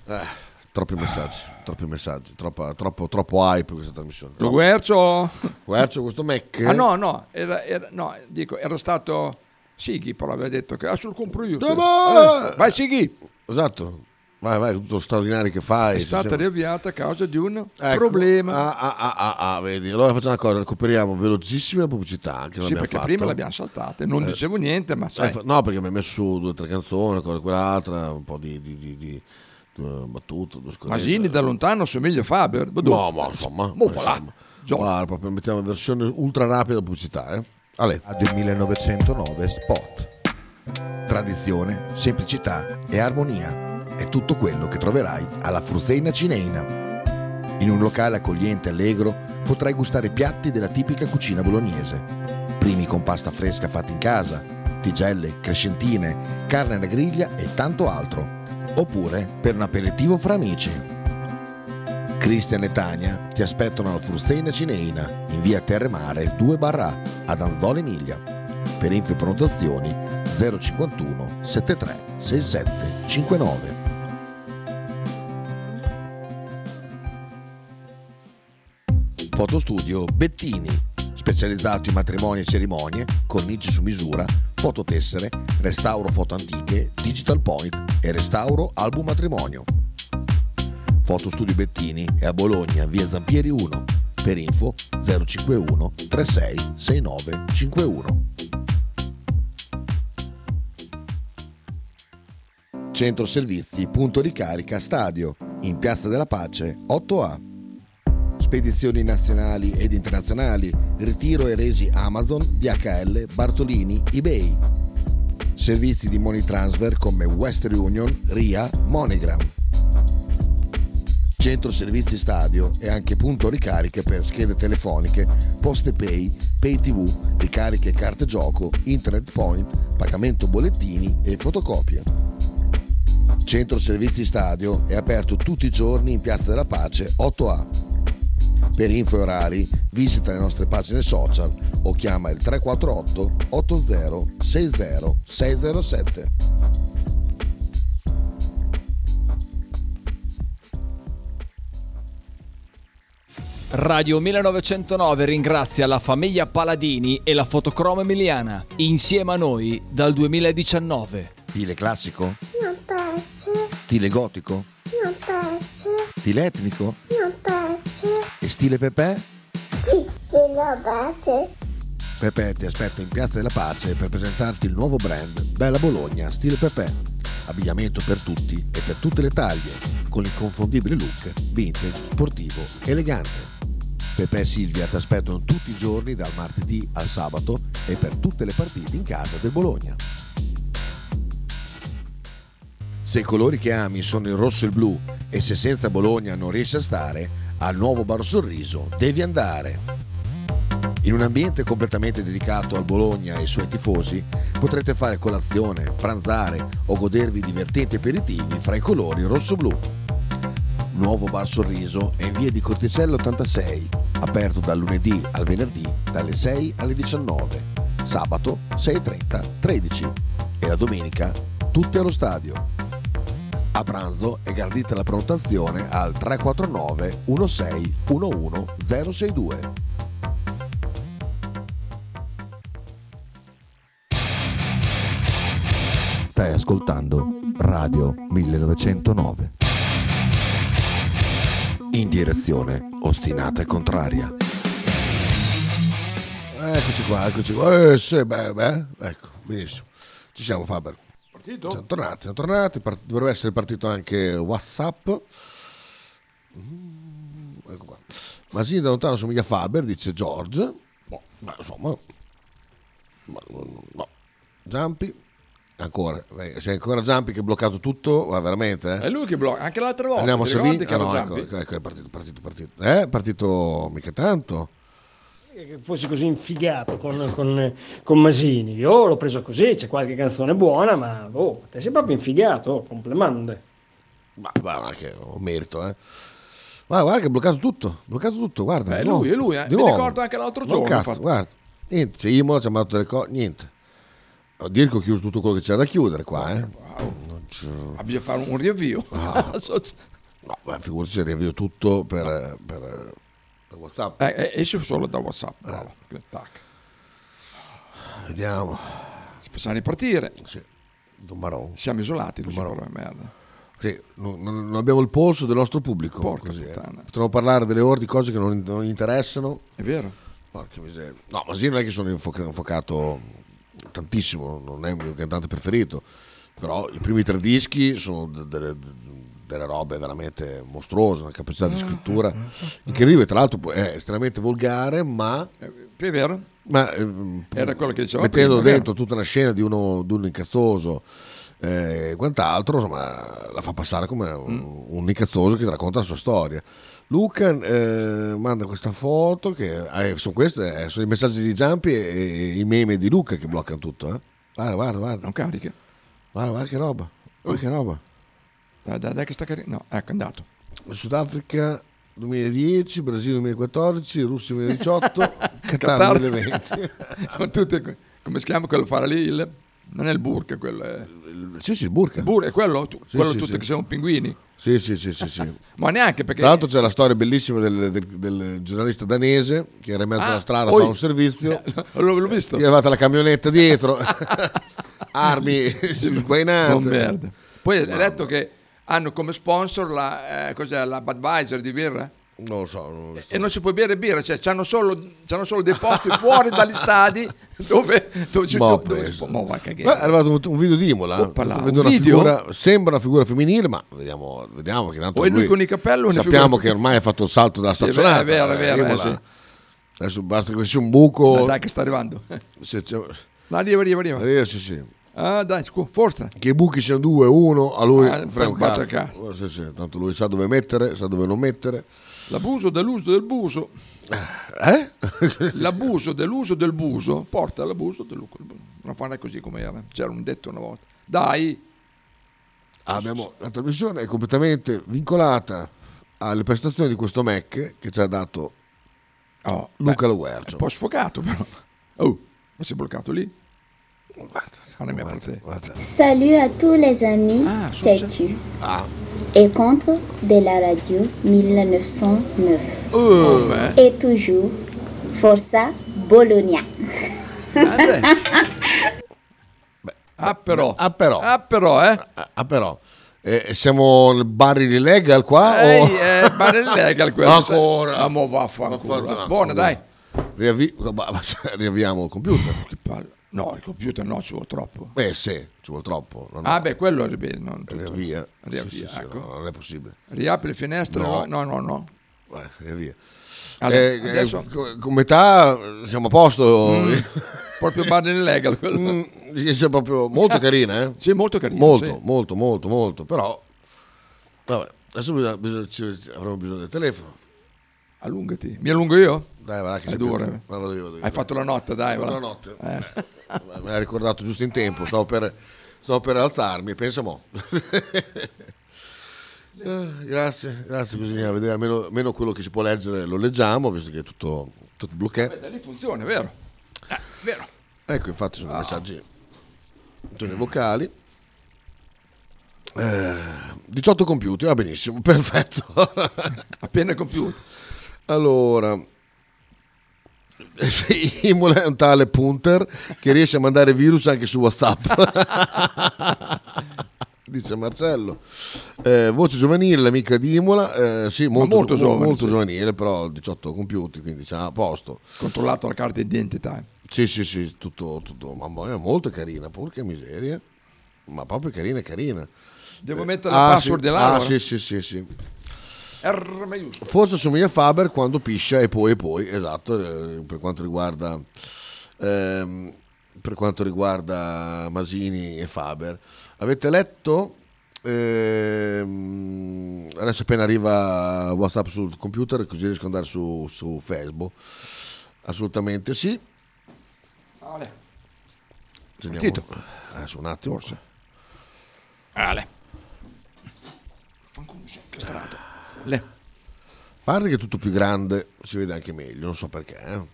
Speaker 11: Eh,
Speaker 5: Troppi messaggi, troppi messaggi, troppa- troppo, troppo hype questa trasmissione.
Speaker 13: Lo Guercio.
Speaker 5: Guercio, questo Mac.
Speaker 13: Ah no, no, era, era- no, dico, era stato Sighi, però aveva detto che ah, sul computer.
Speaker 5: Dov'è?
Speaker 13: Eh, Vai Sighi.
Speaker 5: Ah! Esatto. Vai, vai, tutto lo straordinario che fai.
Speaker 13: È stata
Speaker 5: Sì, sì.
Speaker 13: riavviata a causa di un
Speaker 5: Ecco.
Speaker 13: problema.
Speaker 5: Ah, ah, ah, ah, ah, vedi. Allora facciamo una cosa, recuperiamo velocissima la pubblicità. Anche
Speaker 13: sì, perché prima l'abbiamo saltata e non
Speaker 5: Eh,
Speaker 13: dicevo niente, ma sai.
Speaker 5: Eh, fa- no, perché mi ha messo su due o tre canzoni, una cosa e quell'altra, un po' di, di, di, di, eh, battute, due scorrette.
Speaker 13: Masini da lontano somiglia a Faber.
Speaker 5: No,
Speaker 13: Ma dove?
Speaker 5: ma insomma,
Speaker 13: Mo
Speaker 5: ma
Speaker 13: voilà.
Speaker 5: insomma. Voilà, proprio mettiamo la versione ultra rapida pubblicità, eh. Ale.
Speaker 11: del 1909 Spot. Tradizione, semplicità e armonia è tutto quello che troverai alla Fruzeina Cineina. In un locale accogliente e allegro potrai gustare piatti della tipica cucina bolognese. Primi con pasta fresca fatta in casa, tigelle, crescentine, carne alla griglia e tanto altro. Oppure per un aperitivo fra amici. Cristian e Tania ti aspettano alla Frusteina Cineina in via Terremare 2 barra ad Anzola Emilia. Per info e prenotazioni 051 73 67 59. Fotostudio Bettini, specializzato in matrimoni e cerimonie, cornici su misura, fototessere, restauro foto antiche, digital point e restauro album matrimonio. Fotostudio Bettini è a Bologna, via Zampieri 1. Per info 051 36 69 51. Centro Servizi Punto Ricarica Stadio in Piazza della Pace 8A. Spedizioni nazionali ed internazionali, ritiro e resi Amazon, DHL, Bartolini, eBay. Servizi di money transfer come Western Union, RIA, MoneyGram. Centro Servizi Stadio e anche punto ricariche per schede telefoniche, poste pay, pay tv, ricariche carte gioco, internet point, pagamento bollettini e fotocopie. Centro Servizi Stadio è aperto tutti i giorni in Piazza della Pace 8A. Per info e orari visita le nostre pagine social o chiama il 348 80 60 607.
Speaker 26: Radio 1909 ringrazia la famiglia Paladini e la fotocromo emiliana, insieme a noi dal 2019.
Speaker 11: Stile classico?
Speaker 27: Non piace,
Speaker 11: Stile gotico?
Speaker 27: non piace,
Speaker 11: Stile etnico?
Speaker 27: non piace.
Speaker 11: E stile Pepe?
Speaker 27: Sì, la base.
Speaker 11: Pepe ti aspetta in Piazza della Pace per presentarti il nuovo brand Bella Bologna stile Pepe. Abbigliamento per tutti e per tutte le taglie, con l'inconfondibile look vintage, sportivo, elegante. Pepe e Silvia ti aspettano tutti i giorni dal martedì al sabato e per tutte le partite in casa del Bologna. Se i colori che ami sono il rosso e il blu e se senza Bologna non riesci a stare, al nuovo Bar Sorriso devi andare. In un ambiente completamente dedicato al Bologna e ai suoi tifosi, potrete fare colazione, pranzare o godervi divertenti aperitivi fra i colori rosso-blu. Nuovo Bar Sorriso è in via di Corticello 86, aperto dal lunedì al venerdì dalle 6 alle 19, sabato 6.30 13 e la domenica tutti allo stadio. A pranzo è gardita la prenotazione al 349 16 11 062. Stai ascoltando Radio 1909. In direzione ostinata e contraria.
Speaker 5: Eccoci qua, eccoci qua. Eh, sì, beh, beh, ecco, benissimo. Ci siamo Faber.
Speaker 13: Partito?
Speaker 5: Siamo tornati, siamo tornati. Par- dovrebbe essere partito anche WhatsApp. Mm, ecco qua. Masini da lontano somiglia a Faber, dice George. Boh, ma insomma, ma- no. Giampi. Ancora, eh, c'è ancora Giampi che ha bloccato tutto, ma veramente? eh?
Speaker 13: È lui che blocca, anche l'altra volta.
Speaker 5: Andiamo a
Speaker 13: ti ricordi
Speaker 5: Salvini.
Speaker 13: che
Speaker 5: Ah,
Speaker 13: era
Speaker 5: no, ecco,
Speaker 13: Zampi?
Speaker 5: ecco, ecco, è partito, partito, partito. Eh, è partito mica tanto.
Speaker 18: che fossi così infigato con, con- con Masini. Io l'ho preso così, c'è qualche canzone buona, ma oh, te sei proprio infigato, oh, complimande.
Speaker 5: Ma, ma, ma che un merito, eh. Ma guarda che ha bloccato tutto, bloccato tutto, guarda.
Speaker 13: Eh,
Speaker 5: È
Speaker 13: lui, è lui, eh. Mi ricordo anche l'altro giorno,
Speaker 5: Cazzo,
Speaker 13: infatti.
Speaker 5: guarda. Niente, c'è Imola, ci ha mandato delle cose, niente. Oh, Dirco ha chiuso tutto quello che c'era da chiudere qua, eh. Non c'è-
Speaker 13: [laughs] Ah, Bisogna fare un riavvio.
Speaker 11: No, ma figurati se riavvio tutto per, per- per WhatsApp.
Speaker 13: Eh, eh, esce solo da WhatsApp. bravo. Tac.
Speaker 11: Vediamo.
Speaker 13: Si possiamo ripartire.
Speaker 11: Siamo isolati, merda. Sì, non, non- non abbiamo il polso del nostro pubblico. così, eh. Potremmo parlare delle ore di cose che non, non gli interessano.
Speaker 13: È vero.
Speaker 11: Porca miseria. No, ma sì, non è che sono info- infocato tantissimo, non è il mio cantante preferito. Però i primi tre dischi sono de- delle, delle robe veramente mostruose, una capacità
Speaker 13: Ah.
Speaker 11: di scrittura incredibile. Tra l'altro è estremamente volgare, ma...
Speaker 13: È vero?
Speaker 11: Ma, ehm,
Speaker 13: Era quello che dicevamo
Speaker 11: Mettendo
Speaker 13: prima,
Speaker 11: dentro tutta una scena di uno, di un incazzoso eh, e quant'altro, insomma, la fa passare come un,
Speaker 13: Mm.
Speaker 11: un incazzoso che ti racconta la sua storia. Luca eh, manda questa foto, che eh, sono, queste, eh, sono i messaggi di Giampi e, e i meme di Luca che bloccano tutto. Eh. Guarda, guarda, guarda.
Speaker 13: Non carica. Oh.
Speaker 11: Guarda, guarda che roba. Guarda che roba.
Speaker 13: Dai, dai, dai che sta caricando. No, ecco, è andato.
Speaker 11: Sudafrica 2010, Brasile 2014, Russia 2018, Qatar
Speaker 13: [laughs] Qatar.
Speaker 11: 2020.
Speaker 13: [laughs] Sono tutte que- come si chiama quello fare lì? Il, non è il burka quello. È...
Speaker 11: Sì, sì, il burka.
Speaker 13: Bur, è quello, tu-
Speaker 11: Sì,
Speaker 13: quello
Speaker 11: sì,
Speaker 13: tutti
Speaker 11: sì.
Speaker 13: che siamo pinguini.
Speaker 11: Sì, sì, sì, sì, sì.
Speaker 13: Ma neanche perché-
Speaker 11: Tra l'altro c'è la storia bellissima del, del- del giornalista danese che era in mezzo
Speaker 13: Ah,
Speaker 11: alla strada a
Speaker 13: oi.
Speaker 11: fare un
Speaker 13: [laughs]
Speaker 11: servizio.
Speaker 13: L'ho, l'ho visto.
Speaker 11: Gli è arrivata la camionetta
Speaker 13: [laughs]
Speaker 11: dietro, armi sguainate.
Speaker 13: Oh, merda. Poi hai detto che hanno come sponsor la, eh, cos'è, la Budweiser di birra?
Speaker 11: Non lo so. Non
Speaker 13: e non si può bere birra, cioè c'hanno solo, c'hanno solo dei
Speaker 11: [laughs]
Speaker 13: posti fuori dagli stadi dove, dove, ci-
Speaker 11: Ma
Speaker 13: dove- dove
Speaker 11: penso.
Speaker 13: si può. boh, Ma va a cagare.
Speaker 11: Boh, Beh, è arrivato un, un video di Imola.
Speaker 13: Oh, parla,
Speaker 11: Sto
Speaker 13: un
Speaker 11: vedendo una
Speaker 13: video?
Speaker 11: figura- sembra una figura femminile, ma vediamo, vediamo che tanto
Speaker 13: O è lui con i capelli o una
Speaker 11: Sappiamo
Speaker 13: figura-
Speaker 11: che ormai ha fatto il salto dalla
Speaker 13: Sì, è
Speaker 11: stazionata.
Speaker 13: vero, è vero,
Speaker 11: eh,
Speaker 13: eh,
Speaker 11: Imola.
Speaker 13: sì.
Speaker 11: Adesso basta che ci sia un buco.
Speaker 13: Dai, dai, che sta arrivando. [laughs]
Speaker 11: Se c'è-
Speaker 13: No, arriva, arriva, arriva.
Speaker 11: Arriva, sì, sì.
Speaker 13: Ah, dai, scu- forza.
Speaker 11: Che i buchi siano due, uno, a lui
Speaker 13: Ah,
Speaker 11: frega un
Speaker 13: bacia
Speaker 11: cazzo.
Speaker 13: il cazzo.
Speaker 11: Eh, Sì, sì, tanto lui sa dove mettere, sa dove non mettere.
Speaker 13: L'abuso dell'uso del
Speaker 11: [laughs]
Speaker 13: buso.
Speaker 11: Eh?
Speaker 13: L'abuso dell'uso del buso porta all'abuso del Non fare così come era. C'era un detto una volta. Dai.
Speaker 11: Abbiamo- la trasmissione è completamente vincolata alle prestazioni di questo Mac che ci ha dato Luca Loguercio.
Speaker 13: Oh, Un po' sfocato però. Oh, ma si è bloccato lì? Non è mia parte.
Speaker 28: Salut à tous les amis têtus
Speaker 13: Ah.
Speaker 28: et contre de la radio 1909.
Speaker 13: Oh, ben.
Speaker 28: Et toujours Forza Bologna. [laughs]
Speaker 13: Ah però.
Speaker 11: Ah però.
Speaker 13: Ah però, eh.
Speaker 11: Ah però. Eh, siamo nel bar illegal qua? o...
Speaker 13: Ehi, eh, ma è
Speaker 11: [laughs]
Speaker 13: legal quello.
Speaker 11: Ah, oh. Ancora.
Speaker 13: Ah, mo vaffanculo.
Speaker 11: Vaffanculo.
Speaker 13: Buona, dai.
Speaker 11: Riavvi- ma- ma- riavviamo il computer.
Speaker 13: Che palle. No, il computer no, ci vuole troppo.
Speaker 11: Eh sì, ci vuole troppo. No, no.
Speaker 13: Ah, beh, quello è beh, non tutto.
Speaker 11: Riavvia.
Speaker 13: Riavvia,
Speaker 11: Sì, sì, sì,
Speaker 13: ecco.
Speaker 11: no, non è possibile.
Speaker 13: Riapri le finestre? No,
Speaker 11: No.
Speaker 13: no, no. no.
Speaker 11: Eh, Riavvia.
Speaker 13: Allora,
Speaker 11: Eh, eh,
Speaker 13: adesso-
Speaker 11: co- con metà eh, siamo a posto. [laughs]
Speaker 13: Mm, proprio bar illegal quello.
Speaker 11: Mm, sì, sì, proprio molto carina, eh?
Speaker 13: Sì, molto carina.
Speaker 11: Molto,
Speaker 13: sì.
Speaker 11: molto, molto, molto. Però, vabbè, adesso bisogna- bisogna- ci- ci- avremo bisogno del telefono.
Speaker 13: Allungati. Mi allungo io?
Speaker 11: Dai, va, che
Speaker 13: È
Speaker 11: sei
Speaker 13: dura. eh.
Speaker 11: più- va, vado io, vado io.
Speaker 13: Hai fatto la notte, dai.
Speaker 11: Ho
Speaker 13: va.
Speaker 11: fatto la notte.
Speaker 13: Eh, sì.
Speaker 11: Eh, [laughs] Me l'ha ricordato giusto in tempo. Stavo per, stavo per alzarmi, pensa
Speaker 13: [laughs]
Speaker 11: mo. Eh, grazie, grazie. Bisogna vedere almeno, almeno quello che si può leggere, lo leggiamo, visto che è tutto, tutto bloccato.
Speaker 13: Beh, lì funziona, è vero? Eh, vero.
Speaker 11: Ecco, infatti
Speaker 13: Ah.
Speaker 11: sono messaggi, sono i vocali. Eh, 18 compiuti, va benissimo, [laughs] perfetto.
Speaker 13: Appena compiuti.
Speaker 11: Allora, [laughs] Imola è un tale punter che riesce a mandare virus anche su WhatsApp. [laughs] Dice Marcello, Eh, voce giovanile, l'amica di Imola, eh, sì,
Speaker 13: Ma
Speaker 11: molto,
Speaker 13: molto
Speaker 11: mo-
Speaker 13: giovane,
Speaker 11: molto
Speaker 13: sì.
Speaker 11: giovanile, però 18 compiuti, quindi siamo a posto.
Speaker 13: Controllato la carta d'identità.
Speaker 11: Sì, sì, sì, tutto, tutto. Mamma mia, molto carina, porca miseria. Ma proprio carina, carina.
Speaker 13: Devo
Speaker 11: Eh,
Speaker 13: mettere la
Speaker 11: ah,
Speaker 13: password
Speaker 11: sì, Ah,
Speaker 13: dell'albero?
Speaker 11: sì, sì, sì, sì.
Speaker 13: R maiuscolo.
Speaker 11: Forse somiglia a Faber quando piscia e poi e poi, esatto, eh, per quanto riguarda ehm, per quanto riguarda Masini e Faber. Avete letto Ehm, adesso appena arriva WhatsApp sul computer così riesco ad andare su, su Facebook. Assolutamente sì.
Speaker 13: Ale.
Speaker 11: Teniamo-
Speaker 13: Partito.
Speaker 11: Adesso un attimo.
Speaker 13: Ale. Fanculo, Che strato. Le.
Speaker 11: A parte che è tutto più grande, si vede anche meglio, non so perché. eh.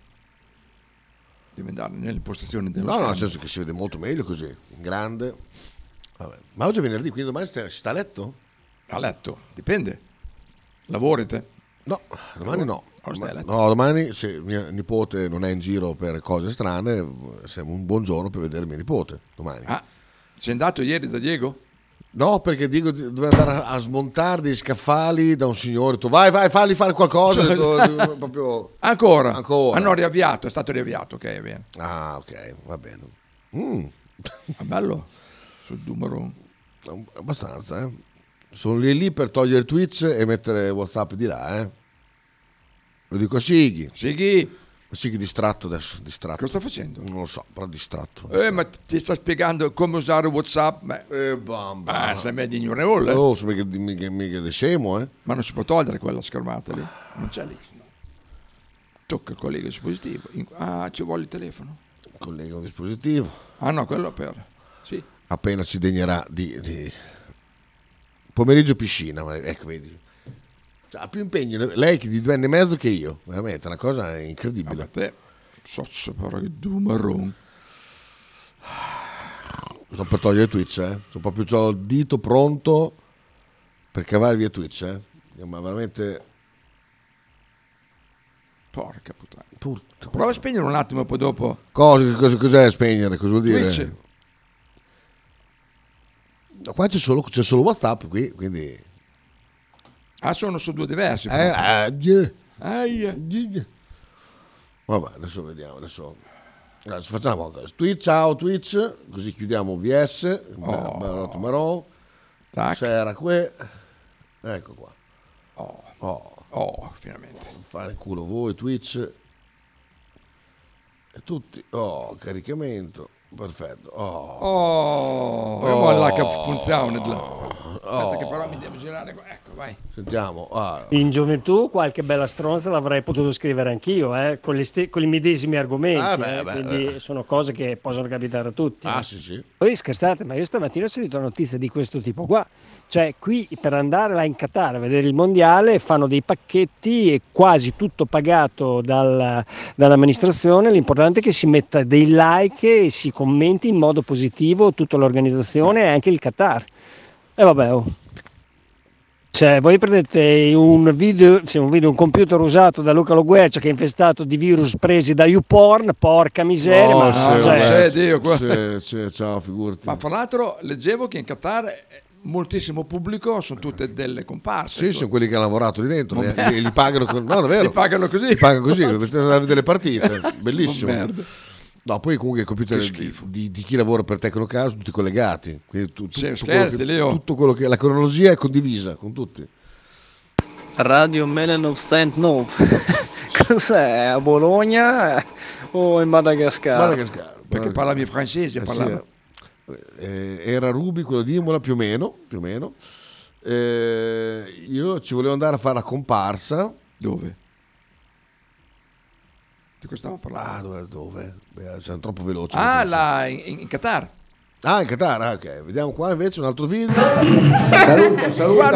Speaker 13: Devi andare nelle impostazioni dello
Speaker 11: No, no,
Speaker 13: schermo.
Speaker 11: nel senso che si vede molto meglio così, in grande. Vabbè. Ma oggi è venerdì, quindi domani sta- si sta a letto?
Speaker 13: A letto, dipende. Lavori te?
Speaker 11: No, domani no.
Speaker 13: Austella.
Speaker 11: No, domani se mia nipote non è in giro per cose strane, siamo un buon giorno per vedere mia nipote. Domani.
Speaker 13: Ah, sei andato ieri da Diego?
Speaker 11: No, perché Diego doveva andare a- a smontare dei scaffali da un signore. Ho detto, vai, vai, fagli fare qualcosa. Ho detto, proprio...
Speaker 13: Cioè, [laughs] Ancora?
Speaker 11: Ancora.
Speaker 13: Hanno Ah, riavviato, è stato riavviato, ok, bene.
Speaker 11: Ah, ok, va bene. Mm.
Speaker 13: Ah, bello. Sul numero...
Speaker 11: Abbastanza, eh. Sono lì lì per togliere Twitch e mettere Whatsapp di là, eh. Lo dico a Sighi.
Speaker 13: Sighi.
Speaker 11: Sighi distratto adesso, distratto.
Speaker 13: Cosa sta facendo?
Speaker 11: Non lo so, però distratto.
Speaker 13: Eh, ma ti sta spiegando come usare Whatsapp? Beh,
Speaker 11: eh, bamba.
Speaker 13: Ah, sei meglio ignorevole.
Speaker 11: Oh, so mica, mica, mica di scemo, eh.
Speaker 13: Ma non si può togliere quella schermata lì. Non c'è lì. Tocca collega il dispositivo. In- Ah, ci vuole il telefono.
Speaker 11: Collega un dispositivo.
Speaker 13: Ah no, quello per... Sì.
Speaker 11: Appena si degnerà di... di- Pomeriggio piscina, ma ecco, vedi. Cioè, Ha più impegno lei che di due anni e mezzo che io. Veramente, è una cosa incredibile.
Speaker 13: te, sozzo, però che dumaron.
Speaker 11: Sto per togliere Twitch, eh. Sono proprio c'ho il dito pronto per cavare via Twitch, eh. Io, Ma veramente.
Speaker 13: Porca puttana.
Speaker 11: Puttana.
Speaker 13: Prova a spegnere un attimo, poi dopo...
Speaker 11: Cosa, cosa- cos'è spegnere? Cosa vuol dire?
Speaker 13: Twitch.
Speaker 11: No, qua c'è solo, c'è solo WhatsApp qui, quindi.
Speaker 13: Ah, sono su due diversi.
Speaker 11: Eh, ah, die.
Speaker 13: Aia.
Speaker 11: Vabbè, adesso vediamo. Adesso, adesso facciamo una cosa. Twitch, ciao Twitch, così chiudiamo VS.
Speaker 13: Oh.
Speaker 11: Barotto Marò.
Speaker 13: Tac.
Speaker 11: C'era que. Ecco qua.
Speaker 13: Oh.
Speaker 11: Oh.
Speaker 13: Oh, finalmente.
Speaker 11: Fare il culo voi, Twitch. E tutti. Oh, caricamento. Perfetto. Oh.
Speaker 13: Oh, io ho l'H funzione.
Speaker 11: Oh.
Speaker 13: Aspetta che però mi devo girare. qua. Ecco, vai.
Speaker 11: Sentiamo. Ah,
Speaker 18: In gioventù qualche bella stronza l'avrei potuto scrivere anch'io, eh, con, gli ste- con i medesimi argomenti,
Speaker 11: Ah, beh,
Speaker 18: eh,
Speaker 11: beh,
Speaker 18: quindi
Speaker 11: beh.
Speaker 18: sono cose che possono capitare a tutti.
Speaker 11: Ah,
Speaker 18: eh.
Speaker 11: sì, sì.
Speaker 18: Voi scherzate, ma io stamattina ho sentito una notizia di questo tipo qua. Cioè, qui per andare là in Qatar a vedere il mondiale fanno dei pacchetti e quasi tutto pagato dal- dall'amministrazione. L'importante è che si metta dei like e si commenti in modo positivo tutta l'organizzazione e anche il Qatar. E vabbè, oh. Cioè, voi prendete un video, cioè, un video, un computer usato da Luca Loguercio che è infestato di virus presi da YouPorn, porca miseria,
Speaker 11: No,
Speaker 18: ma
Speaker 11: Oh, sì,
Speaker 18: cioè-
Speaker 11: vabbè,
Speaker 13: Sì, Dio, qua.
Speaker 11: sì, sì, ciao, figurati.
Speaker 13: Ma fra l'altro leggevo che in Qatar eh, moltissimo pubblico sono tutte delle comparse.
Speaker 11: Sì, sono quelli che hanno lavorato lì dentro,
Speaker 13: Cioè, Vabbè.
Speaker 11: li, li pagano, con- no, non è vero.
Speaker 13: [laughs] Li pagano così.
Speaker 11: Li pagano
Speaker 13: [laughs]
Speaker 11: così, per andare a vedere le partite, bellissimo.
Speaker 13: Sono merda.
Speaker 11: No, poi comunque i computer
Speaker 13: Che
Speaker 11: di, di- di chi lavora per Tecnocast sono tutti collegati, quindi tu- tu-
Speaker 13: Sì,
Speaker 11: tutto,
Speaker 13: scherzi,
Speaker 11: quello che,
Speaker 13: Leo.
Speaker 11: tutto quello che la cronologia è condivisa con tutti.
Speaker 1: Radio Melen of Stand No. [laughs] Cos'è? A Bologna o in Madagascar?
Speaker 11: Madagascar.
Speaker 13: Perché parlavi francese,
Speaker 11: Eh,
Speaker 13: parlava-
Speaker 11: sì, eh. Eh, era Rubi, quello di Imola, più o meno. Più o meno. Eh, io ci volevo andare a fare la comparsa.
Speaker 13: Dove? Di cosa stiamo parlando?
Speaker 11: Ah, dove? dove? Beh, siamo troppo veloci.
Speaker 13: Ah, là, in, in Qatar.
Speaker 11: Ah, in Qatar, ah, ok. Vediamo qua invece un altro video.
Speaker 29: Saluta,
Speaker 13: saluta.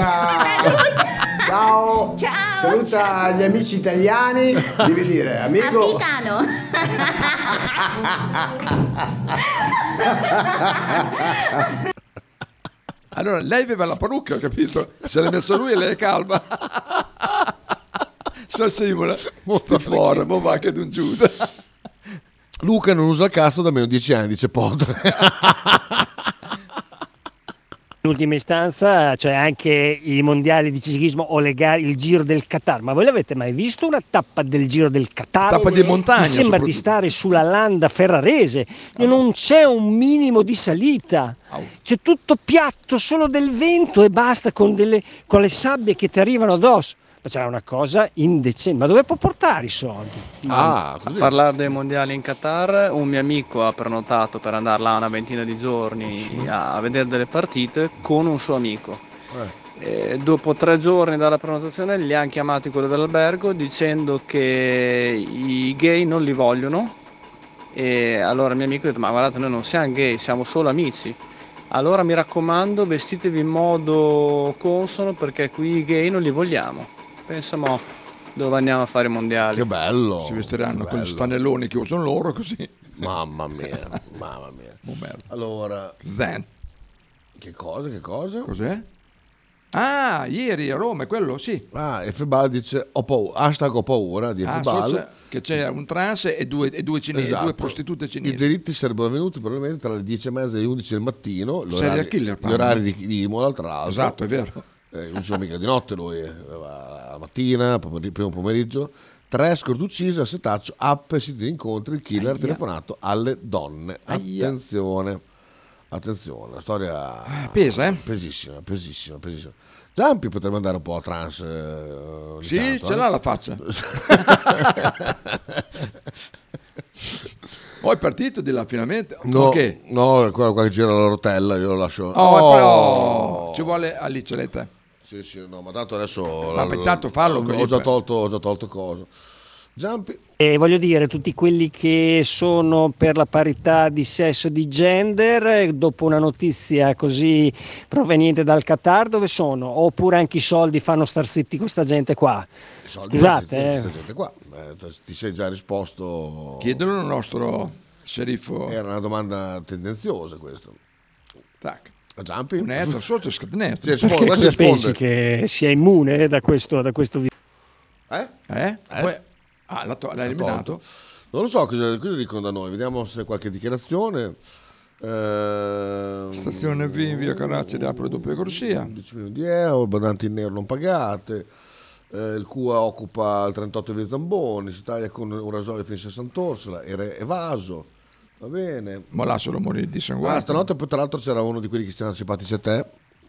Speaker 29: Ciao. Saluta gli amici italiani. Devi dire, amico.
Speaker 13: Allora, lei aveva la parrucca, ho capito? Se l'ha messa lui e lei è calma. Sono simula. Sto fuori, ma va che d'un giuda.
Speaker 11: Luca non usa il cazzo da meno 10 anni, dice
Speaker 13: [laughs]
Speaker 11: Potre.
Speaker 18: In ultima istanza, cioè anche i mondiali di ciclismo o le gare, il Giro del Qatar. Ma voi l'avete mai visto una tappa del Giro del Qatar?
Speaker 13: Tappa di montagna,
Speaker 18: Mi sembra di
Speaker 13: soprattutto.
Speaker 18: stare sulla landa ferrarese, non c'è un minimo di salita. C'è tutto piatto, solo del vento e basta con, delle, con le sabbie che ti arrivano addosso. Ma c'era una cosa indecente. Ma dove può portare i soldi?
Speaker 1: Ah, a parlare dei mondiali in Qatar, un mio amico ha prenotato per andare là una ventina di giorni a vedere delle partite con un suo amico. E Eh, dopo tre giorni dalla prenotazione li hanno chiamati quello dell'albergo dicendo che i gay non li vogliono e allora il mio amico ha detto ma guardate noi non siamo gay, siamo solo amici. Allora mi raccomando vestitevi in modo consono perché qui i gay non li vogliamo. Pensiamo dove andiamo a fare i mondiali. Che
Speaker 11: bello!
Speaker 13: Si vestiranno con gli
Speaker 1: bello.
Speaker 13: stanelloni che usano loro, così.
Speaker 11: Mamma mia, mamma mia.
Speaker 13: merda.
Speaker 11: Allora,
Speaker 13: Zen.
Speaker 11: Che cosa, che cosa?
Speaker 13: Cos'è? Ah, ieri a Roma, è quello sì.
Speaker 11: Ah, e Febal dice ho paura, hashtag ho paura di
Speaker 13: Ah,
Speaker 11: Febal.
Speaker 13: so c'è- che c'era un trans e due, e due cinesi,
Speaker 11: Esatto.
Speaker 13: due prostitute
Speaker 11: I
Speaker 13: cinesi. [laughs]
Speaker 11: delitti sarebbero avvenuti probabilmente tra le 10 e mezza e le 11 del mattino.
Speaker 13: Serial killer,
Speaker 11: gli
Speaker 13: parla.
Speaker 11: orari di, di Imola, tra l'altro.
Speaker 13: Esatto, è vero.
Speaker 11: Eh, non c'era mica di notte lui, eh, la mattina, pomeri- primo pomeriggio. Tre scorte uccise a setaccio, app e siti di incontri, il killer ha
Speaker 13: Aia.
Speaker 11: telefonato alle donne.
Speaker 13: Aia.
Speaker 11: Attenzione, attenzione, la storia
Speaker 13: pesa, eh?
Speaker 11: pesissima, pesissima, pesissima. Giampi potrebbe andare un po' a trans. eh, ogni
Speaker 13: Sì,
Speaker 11: tanto,
Speaker 13: ce
Speaker 11: eh.
Speaker 13: l'ha la faccia.
Speaker 11: [laughs]
Speaker 13: [laughs] Oh, è partito di là finalmente.
Speaker 11: No,
Speaker 13: Ok.
Speaker 11: no, è quello qua che gira la rotella, io lo lascio.
Speaker 13: Oh, però ci vuole Alice Letta.
Speaker 11: Sì, sì, no, ma tanto adesso...
Speaker 13: Ma intanto fallo così,
Speaker 11: Oh, Ho già
Speaker 13: per-
Speaker 11: tolto, ho già tolto cosa. Giampi,
Speaker 18: E voglio dire, tutti quelli che sono per la parità di sesso e di gender, eh, dopo una notizia così proveniente dal Qatar, dove sono? Oppure anche i soldi fanno star zitti questa gente qua?
Speaker 11: soldi
Speaker 18: Scusate,
Speaker 11: questa
Speaker 18: eh.
Speaker 11: gente- gente qua. eh, t- ti sei già risposto...
Speaker 13: Chiedelo al nostro sceriffo.
Speaker 11: Era una domanda tendenziosa Eh, questa.
Speaker 13: Tac.
Speaker 11: A Giampi?
Speaker 13: Un etro, sotto, scatenetro.
Speaker 11: Sì, risponde,
Speaker 13: [laughs]
Speaker 18: Perché
Speaker 11: questo
Speaker 18: cosa
Speaker 11: risponde.
Speaker 18: pensi che sia immune da questo, da questo virus?
Speaker 11: Eh?
Speaker 13: Eh? Poi- ah, l'ha, to- l'ha eliminato?
Speaker 11: tolto. Non lo so cosa, cosa dicono da noi, vediamo se qualche dichiarazione. Ehm,
Speaker 13: Stazione V, via Caraccioli, apre doppia corsia.
Speaker 11: 11 milioni di euro, badanti in nero non pagate. eh, il CUA occupa il 38 via Zamboni, si taglia con un rasoio finisce a Sant'Orsola, era evaso. Va bene.
Speaker 13: Ma lascialo morire di
Speaker 11: Ah,
Speaker 13: sanguato.
Speaker 11: stanotte poi, tra l'altro c'era uno di quelli che stanno simpatici a te.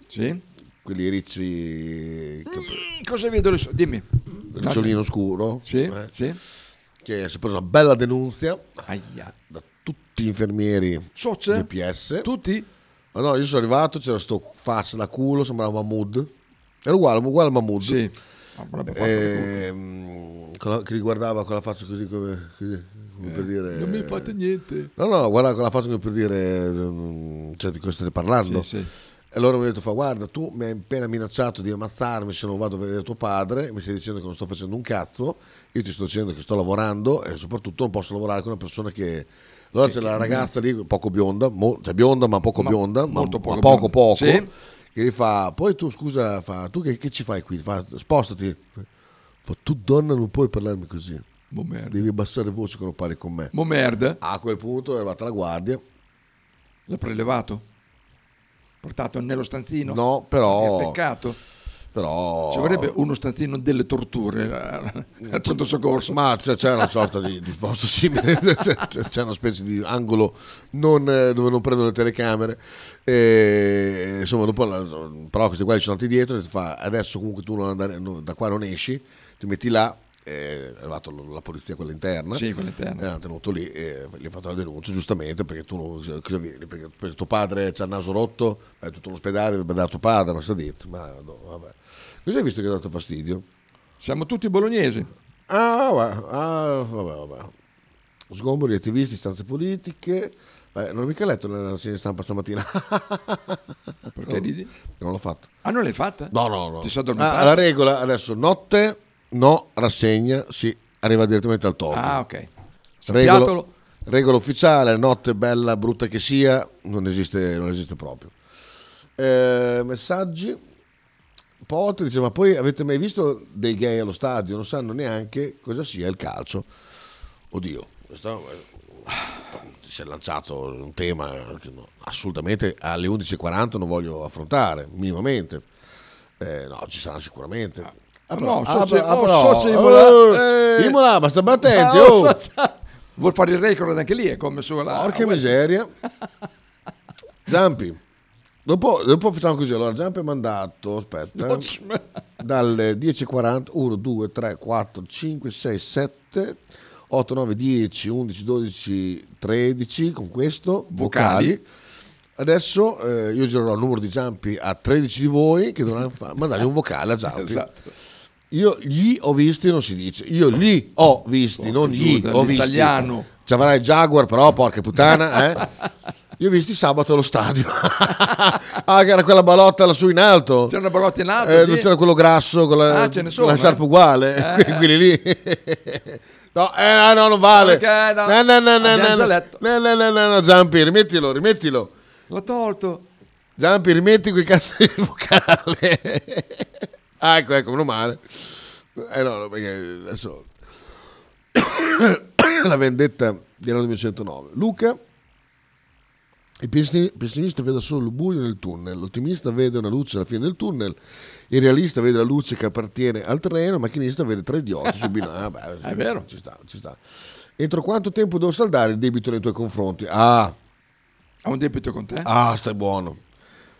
Speaker 13: Sì. Mm,
Speaker 11: Quelli ricci... che-
Speaker 13: Cosa vedo? adesso? Dimmi.
Speaker 11: Ricciolino scuro. eh,
Speaker 13: Sì, sì.
Speaker 11: Che si è presa una bella denunzia
Speaker 13: Aia.
Speaker 11: da tutti gli infermieri
Speaker 13: Soce?
Speaker 11: DPS.
Speaker 13: Tutti?
Speaker 11: Ma no, io sono arrivato, c'era sto faccia da culo, sembrava Mahmood. Era uguale, uguale a Mahmood.
Speaker 13: Sì.
Speaker 11: Ehm, con la- che riguardava con la faccia così come, così, come per dire...
Speaker 13: Eh, Non mi fate niente.
Speaker 11: No, no, guarda con la faccia come per dire... mm, Cioè, di cosa state parlando?
Speaker 13: Sì, sì.
Speaker 11: E loro mi hanno detto, fa guarda, tu mi hai appena minacciato di ammazzarmi se non vado a vedere tuo padre, mi stai dicendo che non sto facendo un cazzo, io ti sto dicendo che sto lavorando e soprattutto non posso lavorare con una persona che... Allora c'è la ragazza lì, poco bionda, mo- cioè bionda ma poco
Speaker 13: Ma
Speaker 11: bionda, ma,
Speaker 13: molto
Speaker 11: ma poco
Speaker 13: poco bionda.
Speaker 11: poco,
Speaker 13: Sì.
Speaker 11: che gli fa, poi tu scusa, fa, tu che, che ci fai qui? Fa, spostati. Fa, tu donna non puoi parlarmi così.
Speaker 13: Mo merda.
Speaker 11: Devi abbassare voce quando parli con me.
Speaker 13: Mo merda.
Speaker 11: A quel punto è arrivata la guardia.
Speaker 13: L'ha prelevato? Portato nello stanzino?
Speaker 11: No, però-
Speaker 13: Che peccato.
Speaker 11: Però...
Speaker 13: Ci vorrebbe uno stanzino delle torture al al pronto soccorso.
Speaker 11: Ma c'è, c'è una sorta di, di posto simile, [laughs] c'è, c'è una specie di angolo non, eh, dove non prendono le telecamere. E, insomma, dopo la- però questi qua ci sono andati dietro e ti fa adesso comunque tu non andare, non- da qua non esci, ti metti là. eh, È arrivata lo- la polizia, quella interna,
Speaker 13: Sì, quella interna.
Speaker 11: e hanno Ehm, tenuto lì e gli ha fatto la denuncia giustamente perché tu non- cosa vieni? Perché, perché tuo padre c'ha il naso rotto, è tutto l'ospedale, deve andare a tuo padre, ma sta detto, ma no, vabbè. Cosa hai visto che ti ha dato fastidio?
Speaker 13: Siamo tutti bolognesi.
Speaker 11: Ah, va- ah, vabbè, vabbè. Sgombori, attivisti, istanze politiche. Eh, non ho mica letto la rassegna stampa
Speaker 13: [laughs]
Speaker 11: stamattina. Perché
Speaker 13: ridi?
Speaker 11: Non l'ho fatto.
Speaker 13: Ah, non l'hai fatta?
Speaker 11: No, no, no.
Speaker 13: Ti sei
Speaker 11: Ah,
Speaker 13: addormentato?
Speaker 11: la regola adesso, notte, no, rassegna, sì, arriva direttamente al torno.
Speaker 13: Ah, ok.
Speaker 11: Regola,
Speaker 13: Sappiatelo.
Speaker 11: regola ufficiale, notte bella, brutta che sia, non esiste, non esiste proprio. Eh, messaggi. Potter dice, ma poi avete mai visto dei gay allo stadio? Non sanno neanche cosa sia il calcio. Oddio, questo eh, si è lanciato un tema che no- assolutamente alle 11.40 non voglio affrontare, minimamente. Eh, no, ci saranno sicuramente. Ah,
Speaker 13: no,
Speaker 11: però-
Speaker 13: socio-
Speaker 11: ah,
Speaker 13: oh,
Speaker 11: però-
Speaker 13: socio
Speaker 11: eh,
Speaker 13: Imola, eh.
Speaker 11: Imola, ma stammi attenti,
Speaker 13: Ah,
Speaker 11: oh.
Speaker 13: so- so- Vuol fare il record anche lì, è come sulla...
Speaker 11: Porca miseria. Giampi. Dopo, dopo facciamo così, allora Giampi è mandato, aspetta,
Speaker 13: Non ci me-
Speaker 11: dalle 10.40, 1, 2, 3, 4, 5, 6, 7, 8, 9, 10, 11, 12, 13, con questo, vocali.
Speaker 13: Vocali.
Speaker 11: Adesso eh, io girerò il numero di Giampi a 13 di voi che dovranno fa- mandare un vocale a Giampi.
Speaker 13: Esatto.
Speaker 11: Io gli ho visti non si dice, io li ho visti, non gli
Speaker 13: Giuda,
Speaker 11: ho visti.
Speaker 13: Oh, l'italiano.
Speaker 11: Ci avrà il Jaguar però, porca
Speaker 13: [laughs]
Speaker 11: puttana, eh? Io ho visti sabato allo stadio. ah, che era quella balotta lassù in alto.
Speaker 13: C'era una balotta in alto,
Speaker 11: Eh,
Speaker 13: sì.
Speaker 11: non c'era quello grasso con la,
Speaker 13: Ah, ce ne
Speaker 11: con
Speaker 13: sono,
Speaker 11: la
Speaker 13: eh.
Speaker 11: sciarpa uguale.
Speaker 13: Eh.
Speaker 11: Quelli lì. no, eh, ah, no, non vale.
Speaker 13: Ok, no.
Speaker 11: No, no, no, no,
Speaker 13: Abbiamo
Speaker 11: no,
Speaker 13: già
Speaker 11: no.
Speaker 13: letto.
Speaker 11: No, no, no, no, no, Giampi, rimettilo, rimettilo.
Speaker 13: L'ho tolto.
Speaker 11: Giampi, rimetti quel cazzo di vocale. [laughs] Ah, ecco, ecco, meno male. Eh no, no, perché adesso... [coughs] La vendetta di 1909. Luca, il pessi- pessimista vede solo il buio nel tunnel, l'ottimista vede una luce alla fine del tunnel, il realista vede la luce che appartiene al treno, il macchinista vede tre idioti su binario. Ah,
Speaker 13: [laughs]
Speaker 11: beh, sì,
Speaker 30: È vero.
Speaker 11: Ci sta, ci sta. Entro quanto tempo devo saldare il debito nei tuoi confronti? Ah,
Speaker 13: Ha un debito con te?
Speaker 11: ah stai buono.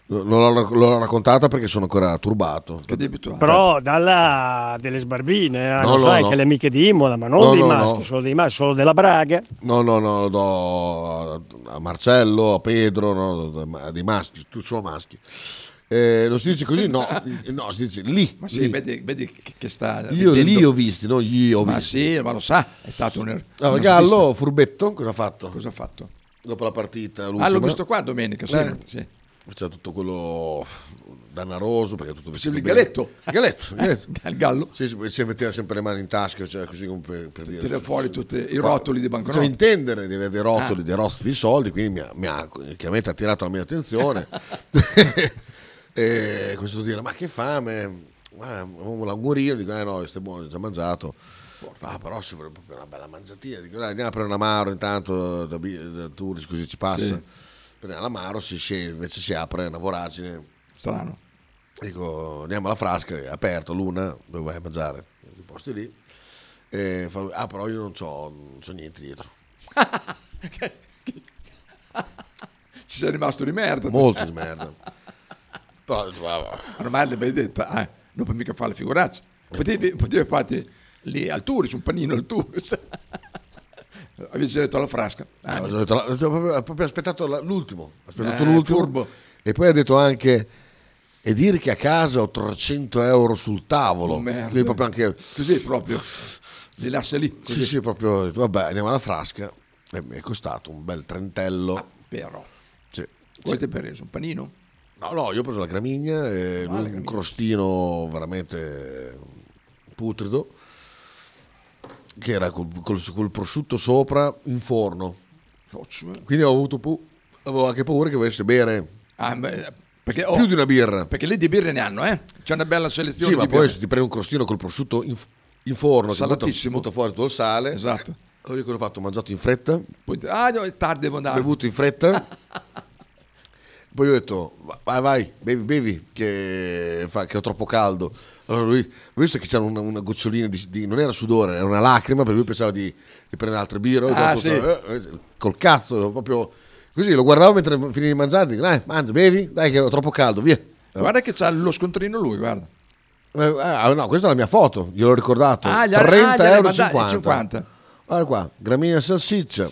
Speaker 11: Lo- Non l'ho, l'ho raccontata perché sono ancora turbato.
Speaker 13: Che debito ha?
Speaker 18: Però dalla delle sbarbine, eh,
Speaker 11: No,
Speaker 18: lo
Speaker 11: no,
Speaker 18: sai
Speaker 11: no.
Speaker 18: che le amiche di Imola, ma non
Speaker 11: No,
Speaker 18: dei
Speaker 11: no,
Speaker 18: maschi,
Speaker 11: no.
Speaker 18: solo dei maschi, solo della Braga.
Speaker 11: No, no, no, lo do a Marcello, a Pedro, no, a dei maschi, tu solo maschi. Eh, non si dice così?
Speaker 13: [laughs]
Speaker 11: No, no si dice lì.
Speaker 13: Ma sì,
Speaker 11: lì.
Speaker 13: vedi, vedi che, che sta...
Speaker 11: Io
Speaker 13: ridendo.
Speaker 11: lì ho visti, non gli ho
Speaker 13: Ma
Speaker 11: visti.
Speaker 13: sì, ma lo sa, è stato un... er-,
Speaker 11: Allora,
Speaker 13: uno
Speaker 11: Gallo, furbetto, cosa ha fatto?
Speaker 13: Cosa ha fatto?
Speaker 11: Dopo la partita,
Speaker 13: Ah, l'ho
Speaker 11: l'ultima.
Speaker 13: visto qua domenica, sì.
Speaker 11: Eh.
Speaker 13: sì.
Speaker 11: Faceva tutto quello dannaroso perché tutto vestito
Speaker 13: il
Speaker 11: bene.
Speaker 13: galletto.
Speaker 11: Il galletto, il galletto.
Speaker 13: Il gallo.
Speaker 11: Sì, sì, poi si metteva sempre le mani in tasca, cioè così come per, per dire...
Speaker 13: Tira fuori tutti i
Speaker 11: Ma-
Speaker 13: rotoli di banconote.
Speaker 11: Faceva intendere di avere dei rotoli,
Speaker 13: Ah.
Speaker 11: dei rosti di soldi, quindi mi ha, mi ha chiaramente attirato la mia attenzione. e questo dire, ma che fame, ma avevo l'angurino, dico, eh no, stai buono, ho già mangiato. Ah, però si vorrebbe proprio una bella mangiatina. Dico, dai, andiamo a prendere un amaro intanto da, bi- da Turis, così ci passa.
Speaker 13: Sì.
Speaker 11: Prendiamo l'amaro, si scende, invece si apre una voragine.
Speaker 13: Strano.
Speaker 11: Dico, andiamo alla frasca, è aperto l'una, dove vai a mangiare? Dei posti lì. E fa lui, ah, però io non c'ho, non c'ho niente dietro.
Speaker 13: [laughs] Ci sei rimasto di merda.
Speaker 11: Molto di
Speaker 13: [laughs]
Speaker 11: merda. Però,
Speaker 13: ormai l'hai detta, eh, non puoi mica fare le figuracce. Potevi, potevi farti lì al Turis, un panino al Turis. [laughs] Avevi già detto alla frasca.
Speaker 11: Ah,
Speaker 13: Ah,
Speaker 11: ho detto, ho proprio, ho proprio aspettato la- l'ultimo. ho aspettato
Speaker 13: Eh,
Speaker 11: l'ultimo.
Speaker 13: furbo.
Speaker 11: E poi ha detto anche, e dire che a casa ho 300 euro sul tavolo.
Speaker 13: Oh, merda.
Speaker 11: Quindi proprio anche...
Speaker 13: Così proprio. Li lascia lì.
Speaker 11: Sì, sì, proprio, ho detto, vabbè, andiamo alla frasca. E mi è costato un bel trentello.
Speaker 13: Ah, Però.
Speaker 11: Sì.
Speaker 13: Questo è per reso un panino.
Speaker 11: No, no, io ho preso la gramigna, e
Speaker 13: Ah, la
Speaker 11: un
Speaker 13: gramigna.
Speaker 11: crostino veramente putrido, che era col, col- col prosciutto sopra in forno. Quindi ho avuto pu- avevo anche paura che volesse bere
Speaker 13: Ah, beh, perché, oh,
Speaker 11: più di una birra.
Speaker 13: perché lì di birre ne hanno, eh? C'è una bella selezione.
Speaker 11: Sì, ma
Speaker 13: di
Speaker 11: poi
Speaker 13: birre.
Speaker 11: se ti prendi un crostino col prosciutto in, in forno, che butta,
Speaker 13: Salatissimo.
Speaker 11: butta fuori tutto il sale.
Speaker 13: Esatto.
Speaker 11: Allora io cosa ho fatto? Ho mangiato in fretta,
Speaker 13: Poi, ah, no, è tardi devo andare.
Speaker 11: bevuto in
Speaker 13: [laughs]
Speaker 11: fretta. Poi gli ho detto, "Va- vai, vai, bevi, bevi, che, fa- che ho troppo caldo. Allora lui, ho visto che c'era una, una gocciolina, di, di- non era sudore, era una lacrima, perché lui pensava di, di prendere altre birre. Io ho
Speaker 13: Ah,
Speaker 11: detto,
Speaker 13: sì.
Speaker 11: "Eh, eh, col cazzo, proprio così. Lo guardavo mentre finiva di mangiare, dico, dai, mangia, bevi, dai che ho troppo caldo, via.
Speaker 13: Guarda che c'ha lo scontrino lui, guarda.
Speaker 11: Eh, ah, no, questa è la mia foto, gliel'ho ricordato.
Speaker 13: Ah, gli- ah,
Speaker 11: 30
Speaker 13: gliel'hai
Speaker 11: euro e
Speaker 13: mandati,
Speaker 11: 50.
Speaker 13: 50.
Speaker 11: Guarda qua, gramina salsiccia,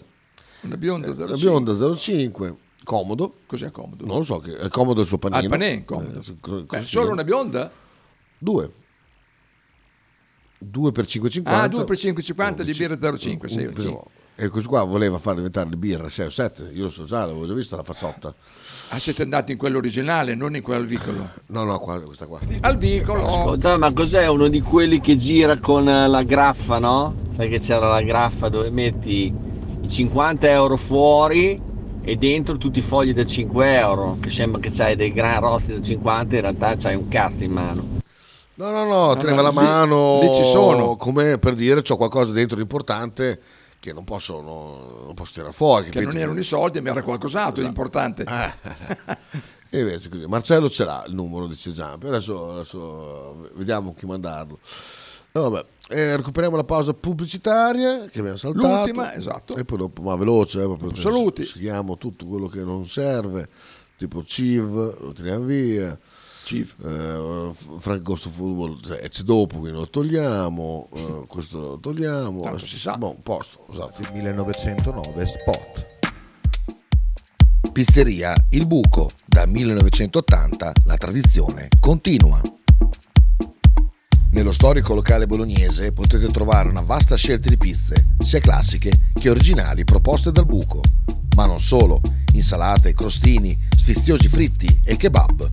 Speaker 13: Una bionda.
Speaker 11: la
Speaker 13: zero cinque.
Speaker 11: bionda 05, comodo.
Speaker 13: Cos'è comodo?
Speaker 11: Non lo so, che- è comodo il suo panino.
Speaker 13: Ah, il panè, comodo.
Speaker 11: Eh, co- co-
Speaker 13: Beh,
Speaker 11: così.
Speaker 13: solo una bionda?
Speaker 11: Due. Due per 5,50.
Speaker 13: Ah, 2 per 5,50 di birra 05. sì,
Speaker 11: Un-
Speaker 13: sì.
Speaker 11: E questo qua voleva far diventare le birra 6 o 7, io lo so già, l'avevo già vista la fazzotta.
Speaker 13: Ah, siete andati in quello originale, non in quello al
Speaker 11: [laughs]
Speaker 13: vicolo.
Speaker 11: No, no, qua- questa qua.
Speaker 13: Al vicolo.
Speaker 20: Ascolta, Oh, ma cos'è uno di quelli che gira con eh, la graffa, no? Sai che c'era la graffa dove metti i 50 euro fuori e dentro tutti i fogli da 5 euro, che sembra che c'hai dei gran rosti da 50, in realtà c'hai un cazzo in mano.
Speaker 11: No, no, no,
Speaker 20: No, no,
Speaker 11: teneva la
Speaker 20: lì-
Speaker 11: mano.
Speaker 20: lì ci sono.
Speaker 11: Come per dire, c'ho qualcosa dentro di importante che non posso, no, non posso tirare fuori. Esatto. Eh,
Speaker 13: Che non erano i soldi, ma era qualcos'altro di importante.
Speaker 11: E invece così, Marcello ce l'ha il numero, dice Giampi. Adesso, adesso vediamo chi mandarlo. E vabbè, eh, recuperiamo la pausa pubblicitaria che abbiamo saltato.
Speaker 13: L'ultima, esatto.
Speaker 11: E poi dopo, ma veloce, eh, proprio,
Speaker 13: Saluti.
Speaker 11: Schiamo tutto quello che non serve, tipo CIV, lo tiriamo via.
Speaker 13: CIV.
Speaker 11: Francosto Football cioè, c'è dopo, quindi lo togliamo. eh, questo lo togliamo. Adesso- Boh, posto, esatto.
Speaker 30: 1909 Spot. Pizzeria Il Buco, da 1980 la tradizione continua. Nello storico locale bolognese potete trovare una vasta scelta di pizze, sia classiche che originali proposte dal buco, ma non solo, insalate, crostini, sfiziosi fritti e kebab.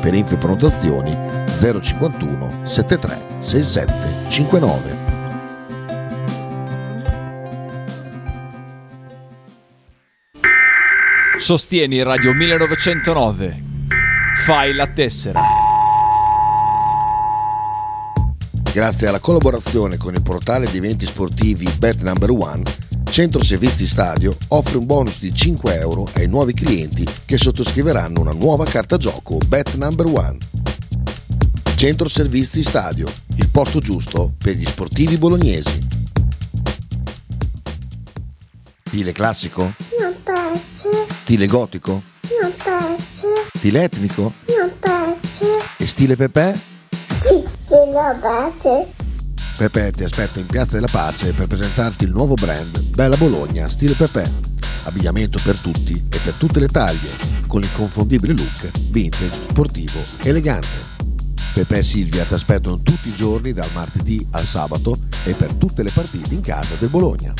Speaker 11: Per info e prenotazioni 051 73 67 59.
Speaker 26: Sostieni Radio 1909. Fai la tessera.
Speaker 11: Grazie alla collaborazione con il portale di eventi sportivi Bet Number One, Centro Servizi Stadio offre un bonus di 5 euro ai nuovi clienti che sottoscriveranno una nuova carta gioco Bet Number One. Centro Servizi Stadio, il posto giusto per gli sportivi bolognesi. Stile classico?
Speaker 27: non piace,
Speaker 11: Stile gotico?
Speaker 27: non piace,
Speaker 11: Stile etnico?
Speaker 27: non piace.
Speaker 11: E stile Pepe?
Speaker 27: Sì, la base.
Speaker 11: Pepe ti aspetta in Piazza della Pace per presentarti il nuovo brand Bella Bologna stile Pepe. Abbigliamento per tutti e per tutte le taglie, con l'inconfondibile look vintage, sportivo, elegante. Pepe e Silvia ti aspettano tutti i giorni dal martedì al sabato e per tutte le partite in casa del Bologna.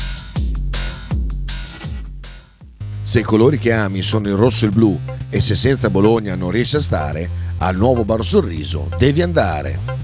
Speaker 11: Se i colori che ami sono il rosso e il blu e se senza Bologna non riesci a stare, al nuovo Bar Sorriso devi andare.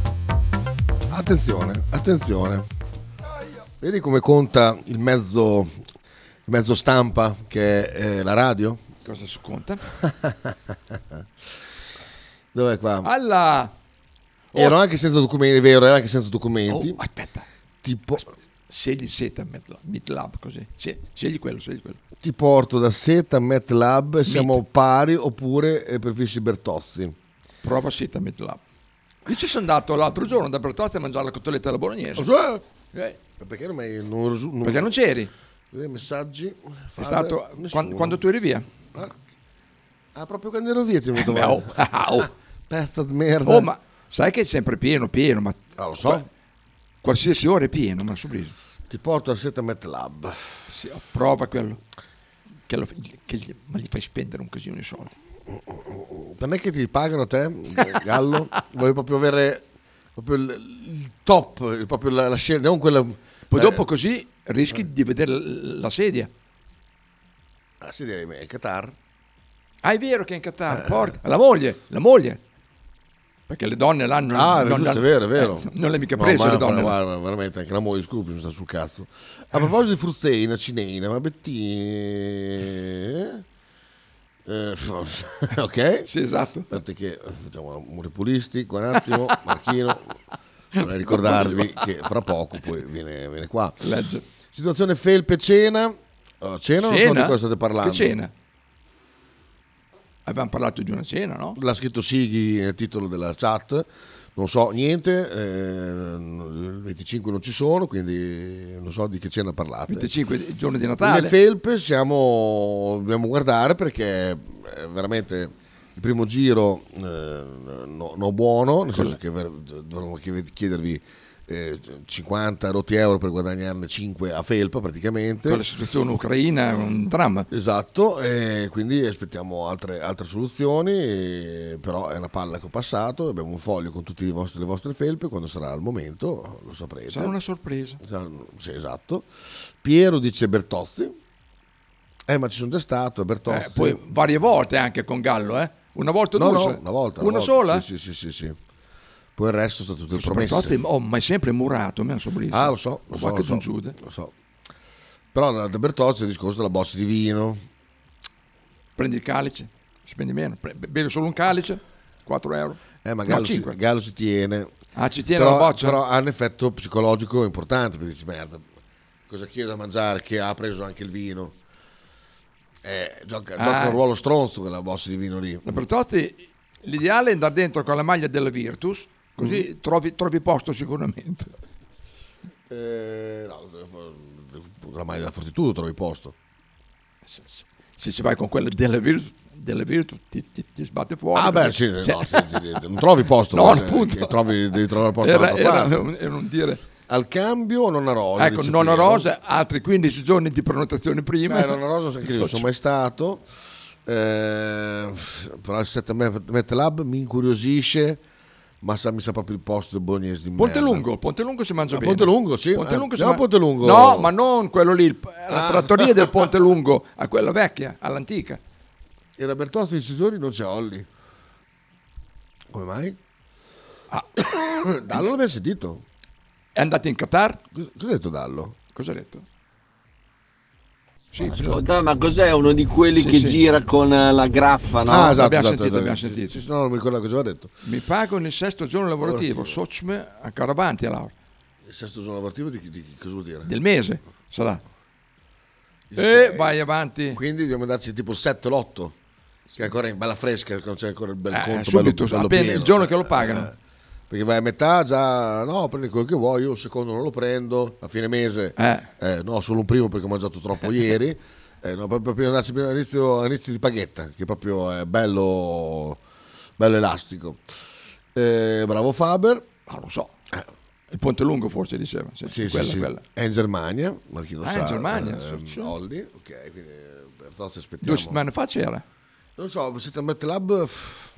Speaker 11: Attenzione, attenzione. Vedi come conta il mezzo, il mezzo stampa che è eh, la radio?
Speaker 13: Cosa si conta?
Speaker 11: [laughs] Dov'è qua?
Speaker 13: Alla...
Speaker 11: Ero anche senza documenti, è vero, era anche senza documenti.
Speaker 13: Oh, aspetta.
Speaker 11: Tipo...
Speaker 13: Segli seta Metlab così. Sì, scegli quello, scegli quello.
Speaker 11: Ti porto da Seta Met Lab, siamo pari oppure eh, preferisci Bertozzi?
Speaker 13: Prova seta Metlab. Io ci sono andato l'altro giorno da Bertotti a mangiare la cotoletta alla bolognese.
Speaker 11: Cos'è?
Speaker 13: Eh,
Speaker 11: Perché non, mi- non, risu-
Speaker 13: Perché non c'eri?
Speaker 11: Dei messaggi.
Speaker 13: È stato
Speaker 11: Fader,
Speaker 13: quan-
Speaker 11: nessuno.
Speaker 13: quando, tu eri via.
Speaker 11: Ah, proprio quando ero via ti è venuto
Speaker 13: Beh, oh,
Speaker 11: male.
Speaker 13: ah,
Speaker 11: [laughs]
Speaker 13: oh.
Speaker 11: Pezzo di merda. Ah,
Speaker 13: Oh, ma sai che è sempre pieno, pieno, ma...
Speaker 11: lo so.
Speaker 13: qualsiasi ora è pieno, ma sorriso.
Speaker 11: Ti porto a Seta Met Lab.
Speaker 13: Sì, oh, prova quello. Che, lo- che gli- ma gli fai spendere un casino di soldi.
Speaker 11: Per me che ti pagano te, eh,
Speaker 13: [laughs]
Speaker 11: Gallo, voglio proprio avere proprio il, il top, proprio la, la scelta, non quella... Eh.
Speaker 13: Poi dopo così rischi di vedere l- la sedia.
Speaker 11: La sedia è in Qatar? Eh.
Speaker 13: Ah, è vero che è in Qatar. porca- La moglie, la moglie. Perché le donne l'hanno...
Speaker 11: Ah, è
Speaker 13: non
Speaker 11: giusto, è
Speaker 13: l'hanno-
Speaker 11: vero, è vero.
Speaker 13: eh, non le mica
Speaker 11: No,
Speaker 13: prese
Speaker 11: ma
Speaker 13: le
Speaker 11: guarda,
Speaker 13: donne.
Speaker 11: guarda, veramente, anche la moglie, scusi, mi sta sul cazzo. A proposito di Frusteina, Cineina, ma Bettini... eh, [laughs] forse- ok?
Speaker 13: Sì, esatto.
Speaker 11: Aspetta che eh, facciamo un ripulisti qua un attimo, Marchino. Vorrei ricordarvi che fra poco poi viene, viene qua.
Speaker 13: Legge.
Speaker 11: Situazione felpe cena. Oh, cena, non so di
Speaker 13: Cena?
Speaker 11: cosa state parlando.
Speaker 13: Che cena? Avevamo parlato di una cena, no?
Speaker 11: L'ha scritto Sighi nel titolo della chat, non so niente, eh, il 25 non ci sono, quindi non so di che cena parlate.
Speaker 13: 25 giorni di
Speaker 11: Le
Speaker 13: Natale.
Speaker 11: felpe siamo, dobbiamo guardare perché eh, veramente il primo giro eh, no, no buono, nel senso che ver- dovremmo chied- chiedervi eh, 50 rotti euro per guadagnarne 5 a felpa praticamente.
Speaker 13: Con la situazione ucraina è un dramma.
Speaker 11: Esatto, e quindi aspettiamo altre, altre soluzioni, e- però è una palla che ho passato, abbiamo un foglio con tutte le vostre, le vostre felpe, quando sarà il momento lo saprete.
Speaker 13: Sarà una sorpresa.
Speaker 11: Sarà- Sì, esatto. Piero dice Bertozzi, Eh, ma ci sono già stato, Bertozzi.
Speaker 13: Eh, poi varie volte anche con Gallo, eh? Una volta o
Speaker 11: No,
Speaker 13: due?
Speaker 11: no,
Speaker 13: se-
Speaker 11: una volta.
Speaker 13: Una
Speaker 11: volta.
Speaker 13: sola?
Speaker 11: Sì, sì, sì, sì, sì. Poi il resto sono tutte
Speaker 13: Bertozzi,
Speaker 11: promesse.
Speaker 13: oh, ma è sempre murato, me la so
Speaker 11: Ah, lo so, lo so,
Speaker 13: qualche
Speaker 11: lo so,
Speaker 13: giude.
Speaker 11: lo so. Però da da Bertozzi il discorso della bozza di vino.
Speaker 13: Prendi il calice, spendi meno, Pre- bevi solo un calice, 4 euro.
Speaker 11: Eh, ma
Speaker 13: No,
Speaker 11: Gallo, si,
Speaker 13: cinque.
Speaker 11: Gallo si tiene.
Speaker 13: Ah, ci tiene
Speaker 11: però,
Speaker 13: la boccia?
Speaker 11: Però ha un effetto psicologico importante, perché dici, merda, cosa chiedo da mangiare? Che ha preso anche il vino. Eh, gioca,
Speaker 13: Ah.
Speaker 11: gioca un ruolo stronzo quella bozza di vino lì.
Speaker 13: Ma Bertozzi, l'ideale è andare dentro con la maglia della Virtus,
Speaker 11: Mm-hmm.
Speaker 13: così trovi, trovi posto sicuramente.
Speaker 11: Eh, no, la maglia della fortitudo trovi posto.
Speaker 13: Se ci vai con quella della Virtus, della Virtus ti, ti- ti sbatte fuori.
Speaker 11: Ah, beh, sì,
Speaker 13: perché-
Speaker 11: no, sì, sì, sì, non trovi posto.
Speaker 13: [laughs] No,
Speaker 11: perché-
Speaker 13: appunto.
Speaker 11: Trovi, devi trovare posto
Speaker 13: Era-
Speaker 11: dall'altra
Speaker 13: era-
Speaker 11: parte.
Speaker 13: era un dire-
Speaker 11: Al cambio o nonna rosa?
Speaker 13: Ecco,
Speaker 11: dice
Speaker 13: nonna
Speaker 11: Piero.
Speaker 13: rosa, altri 15 giorni di prenotazione prima.
Speaker 11: Eh, nonna rosa, anche io non sono mai stato. Eh, però il set Met Lab mi incuriosisce, ma sa- mi sa proprio il posto del bolognese di merda.
Speaker 13: Pontelungo, Pontelungo si mangia
Speaker 11: Ah,
Speaker 13: bene.
Speaker 11: Pontelungo, sì.
Speaker 13: Pontelungo
Speaker 11: Eh,
Speaker 13: si
Speaker 11: no,
Speaker 13: man-
Speaker 11: Pontelungo.
Speaker 13: No, ma non quello lì, il- la
Speaker 11: Ah.
Speaker 13: trattoria del
Speaker 11: [laughs]
Speaker 13: Pontelungo, a quella vecchia, all'antica.
Speaker 11: E da Bertozzi in giorni non c'è Olli. Come mai? [coughs] Dallo l'abbiamo sentito.
Speaker 13: Ah. È andato in Qatar?
Speaker 11: Cosa cosa ha detto Dallo?
Speaker 13: Cosa ha detto?
Speaker 11: Ah,
Speaker 20: Ascolta, Oh, ma cos'è uno di quelli che gira con eh, la graffa, no?
Speaker 11: Ah, esatto,
Speaker 13: Abbiamo
Speaker 11: esatto,
Speaker 13: sentito,
Speaker 11: esatto.
Speaker 13: abbiamo
Speaker 11: Sì,
Speaker 13: sentito.
Speaker 11: sì, sì, no, non mi ricordo cosa aveva detto.
Speaker 13: Mi pago nel sesto giorno lavorativo,
Speaker 11: Lavorativo.
Speaker 13: Socme ancora avanti, Laura.
Speaker 11: Il sesto giorno lavorativo di, di- di- cosa vuol dire?
Speaker 13: Del mese sarà.
Speaker 11: Il
Speaker 13: Eh,
Speaker 11: sei.
Speaker 13: vai avanti.
Speaker 11: Quindi dobbiamo darci tipo il 7 l'8, che è ancora in bella fresca, che non c'è ancora il bel
Speaker 13: Eh,
Speaker 11: conto.
Speaker 13: subito,
Speaker 11: bello, bello
Speaker 13: appena
Speaker 11: pieno.
Speaker 13: il giorno che lo pagano.
Speaker 11: Eh, perché vai a metà già, no, prendi quello che vuoi, io il secondo non lo prendo, a fine mese,
Speaker 13: Eh.
Speaker 11: eh, no, solo un primo perché ho mangiato troppo
Speaker 13: [laughs]
Speaker 11: ieri, eh, no, proprio prima di andarci prima all'inizio, all'inizio di paghetta, che proprio è bello, bello elastico. Eh, bravo Faber.
Speaker 13: Ah, lo so. Il Ponte Lungo forse diceva. Sì,
Speaker 11: eh. Sì,
Speaker 13: quella,
Speaker 11: sì, sì.
Speaker 13: quella.
Speaker 11: È in Germania, Marchino
Speaker 13: Ah, in
Speaker 11: sa.
Speaker 13: Germania,
Speaker 11: ehm,
Speaker 13: sì, sì.
Speaker 11: Olli, ok, quindi eh, Bertozzi aspettiamo.
Speaker 13: Due settimane fa c'era.
Speaker 11: Non so, siete a Met Lab, pff,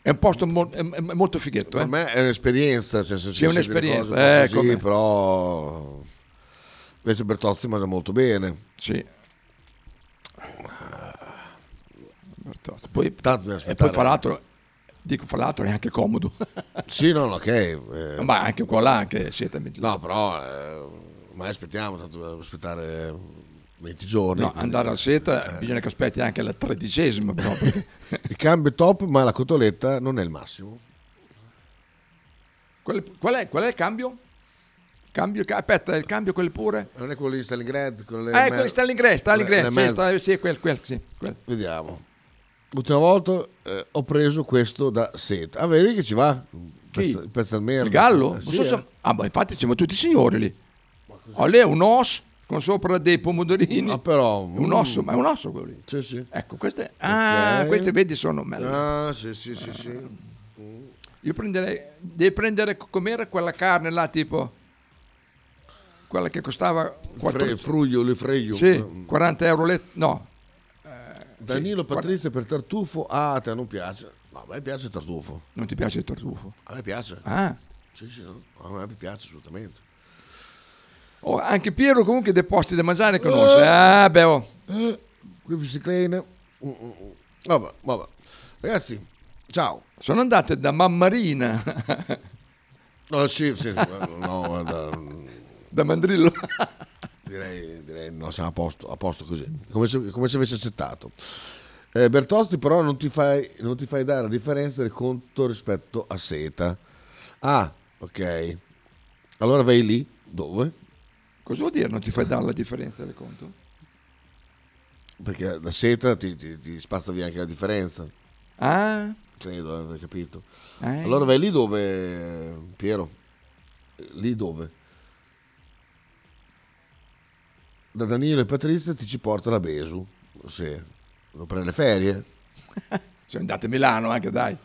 Speaker 13: È un posto mo- è- è molto fighetto.
Speaker 11: per
Speaker 13: eh.
Speaker 11: me è un'esperienza, cioè, se
Speaker 13: Sì,
Speaker 11: si
Speaker 13: è
Speaker 11: sente le
Speaker 13: un'esperienza,
Speaker 11: cose un po'
Speaker 13: eh,
Speaker 11: così,
Speaker 13: come-
Speaker 11: però invece Bertozzi mangia molto bene.
Speaker 13: Sì. Poi,
Speaker 11: Tanto bisogna
Speaker 13: e
Speaker 11: aspettare.
Speaker 13: poi fra l'altro, dico fra l'altro, è anche comodo.
Speaker 11: [laughs] Sì, no, no, ok. eh,
Speaker 13: Ma anche qua là, anche siete...
Speaker 11: No, però, eh, ma aspettiamo, tanto dobbiamo aspettare 20 giorni.
Speaker 13: No,
Speaker 11: quindi- eh.
Speaker 13: andare al seta bisogna che aspetti anche la tredicesima proprio.
Speaker 11: [laughs] Il cambio è top, ma la cotoletta non è il massimo.
Speaker 13: qual, qual è, qual è il cambio? Cambio, ca- aspetta, il cambio quel pure?
Speaker 11: Non è quello di Stalingrad? Quello
Speaker 13: eh, quello sta all'ingresso, sta all'ingresso, sì,
Speaker 11: all'ingresso.
Speaker 13: sta- sì, quel, quel, sì, quel.
Speaker 11: Vediamo. L'ultima volta eh, ho preso questo da Seta. Ah, vedi che ci va? Pezza- Pezza al merda.
Speaker 13: Il gallo?
Speaker 11: Eh,
Speaker 13: Non
Speaker 11: sì,
Speaker 13: so
Speaker 11: eh.
Speaker 13: se- Ah, ma infatti c'erano tutti i signori lì. Oh, lì è un os con sopra dei pomodorini.
Speaker 11: Ah, però...
Speaker 13: Un osso, ma è un osso quello lì.
Speaker 11: Sì, sì.
Speaker 13: Ecco, queste... Ah,
Speaker 11: Ok.
Speaker 13: queste vedi sono belle.
Speaker 11: Ah, sì, sì, sì, sì.
Speaker 13: Io prenderei... Devi prendere com'era quella carne là, tipo... Quella che costava... quattro-
Speaker 11: Fre- fruglio, le freglio.
Speaker 13: Sì, 40 euro l'et- No,
Speaker 11: Danilo
Speaker 13: sì,
Speaker 11: Patrizia per tartufo. Ah, a te non piace. No, a me piace il tartufo.
Speaker 13: non ti piace il tartufo.
Speaker 11: A me piace.
Speaker 13: Ah.
Speaker 11: Sì, sì, no. A me piace assolutamente.
Speaker 13: Oh, anche Piero comunque dei posti da mangiare conosce. Ah, beh, oh.
Speaker 11: Eh, qui si clean. Mm, mm, mm. Vabbè, vabbè. Ragazzi, ciao.
Speaker 13: Sono andate da Mammarina.
Speaker 11: No, sì, sì, no, guarda,
Speaker 13: da Mandrillo.
Speaker 11: [laughs] direi, direi no, siamo a posto, a posto così, come se, come se avessi accettato. Eh, Bertozzi però non ti, fai, non ti fai dare la differenza del conto rispetto a Seta. Ah, ok. Allora vai lì, dove?
Speaker 13: Cosa vuol dire non ti fai dare la differenza del conto?
Speaker 11: Perché da Seta ti, ti, ti spazza via anche la differenza.
Speaker 13: Ah,
Speaker 11: Credo, eh, aver capito.
Speaker 13: Eh.
Speaker 11: Allora vai lì dove, eh, Piero? Eh, Lì dove? Da Danilo e Patrizia ti ci porta la Besu. Sì. Lo prende le ferie?
Speaker 13: [laughs] siamo andate a Milano anche, dai.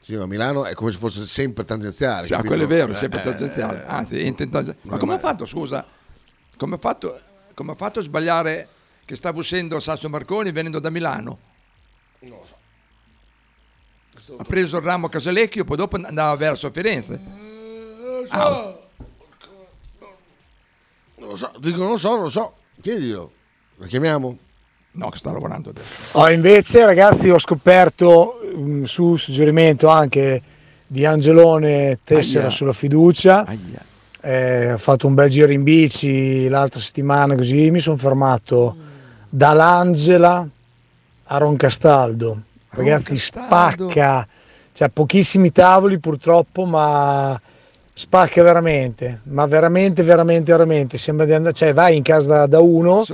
Speaker 11: Sì, ma Milano è come se fosse sempre tangenziale.
Speaker 13: Cioè,
Speaker 11: capito?
Speaker 13: quello è vero,
Speaker 11: Eh,
Speaker 13: sempre
Speaker 11: eh,
Speaker 13: tangenziale.
Speaker 11: eh,
Speaker 13: Anzi, entra in tangenziale. Ma come ha fatto, scusa? Come ha fatto, come ha fatto a sbagliare che stavo uscendo a Sasso Marconi venendo da Milano?
Speaker 11: Non lo so. Questo-
Speaker 13: Ha preso il ramo a Casalecchio, poi dopo andava verso Firenze.
Speaker 11: Non lo so.
Speaker 13: Ah.
Speaker 11: Non lo so, dico non lo so, non lo so. Chiedilo. La chiamiamo?
Speaker 13: No, che sta lavorando adesso.
Speaker 31: Oh, invece, ragazzi, ho scoperto mh, su suggerimento anche di Angelone Tessera
Speaker 13: Aia.
Speaker 31: sulla fiducia. Eh, ho fatto un bel giro in bici l'altra settimana così mi sono fermato dall'Angela a Roncastaldo. Ragazzi,
Speaker 13: Roncastaldo.
Speaker 31: spacca. C'è pochissimi tavoli purtroppo, ma spacca veramente, ma veramente, veramente, veramente. Sembra di andare, cioè vai in casa da, da uno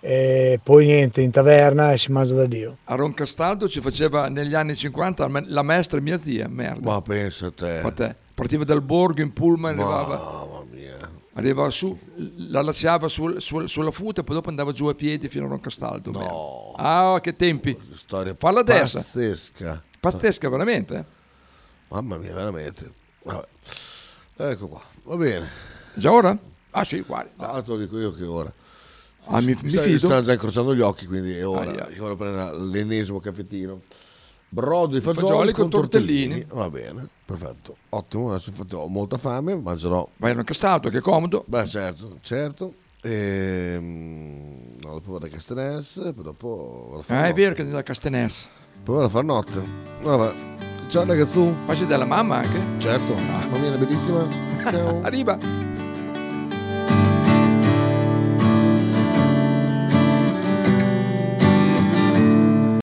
Speaker 31: e poi niente, in taverna e si mangia da Dio.
Speaker 13: A Roncastaldo ci faceva negli anni 50 me- la maestra mia zia, merda.
Speaker 11: Ma pensa a te.
Speaker 13: Ma te, Partiva dal borgo in pullman,
Speaker 11: Mamma
Speaker 13: arrivava, arrivava su, la lasciava sul- sul- sulla futa e poi dopo andava giù a piedi fino a Roncastaldo. merda. Ah, che tempi.
Speaker 11: Storia
Speaker 13: Parla adesso.
Speaker 11: Pazzesca.
Speaker 13: Pazzesca, veramente. eh?
Speaker 11: Mamma mia, veramente. Vabbè. Ecco qua, va bene.
Speaker 13: Già ora? Ah sì, guarda.
Speaker 11: Ah, te lo dico io che ora.
Speaker 13: Ah, mi- mi
Speaker 11: sta-
Speaker 13: fido?
Speaker 11: stanno già incrociando gli occhi, quindi è ora.
Speaker 13: Aia.
Speaker 11: che ora prenderà l'ennesimo caffettino. Brodo di fagioli,
Speaker 13: fagioli
Speaker 11: con,
Speaker 13: con
Speaker 11: tortellini.
Speaker 13: tortellini.
Speaker 11: Va bene, perfetto. Ottimo, adesso infatti ho molta fame, mangerò.
Speaker 13: Vai a Roncastaldo, che comodo.
Speaker 11: Beh, certo, certo. Ehm, no, dopo vado a Castanès, poi dopo vado a fare
Speaker 13: Ah, è
Speaker 11: notte.
Speaker 13: vero che è da Castenesse.
Speaker 11: Poi vado a far notte. Vabbè. Ciao ragazzu.
Speaker 13: Facci della mamma anche? Ah. [laughs]
Speaker 11: Certo, mamma mia, è bellissima. Ciao.
Speaker 13: Arriva.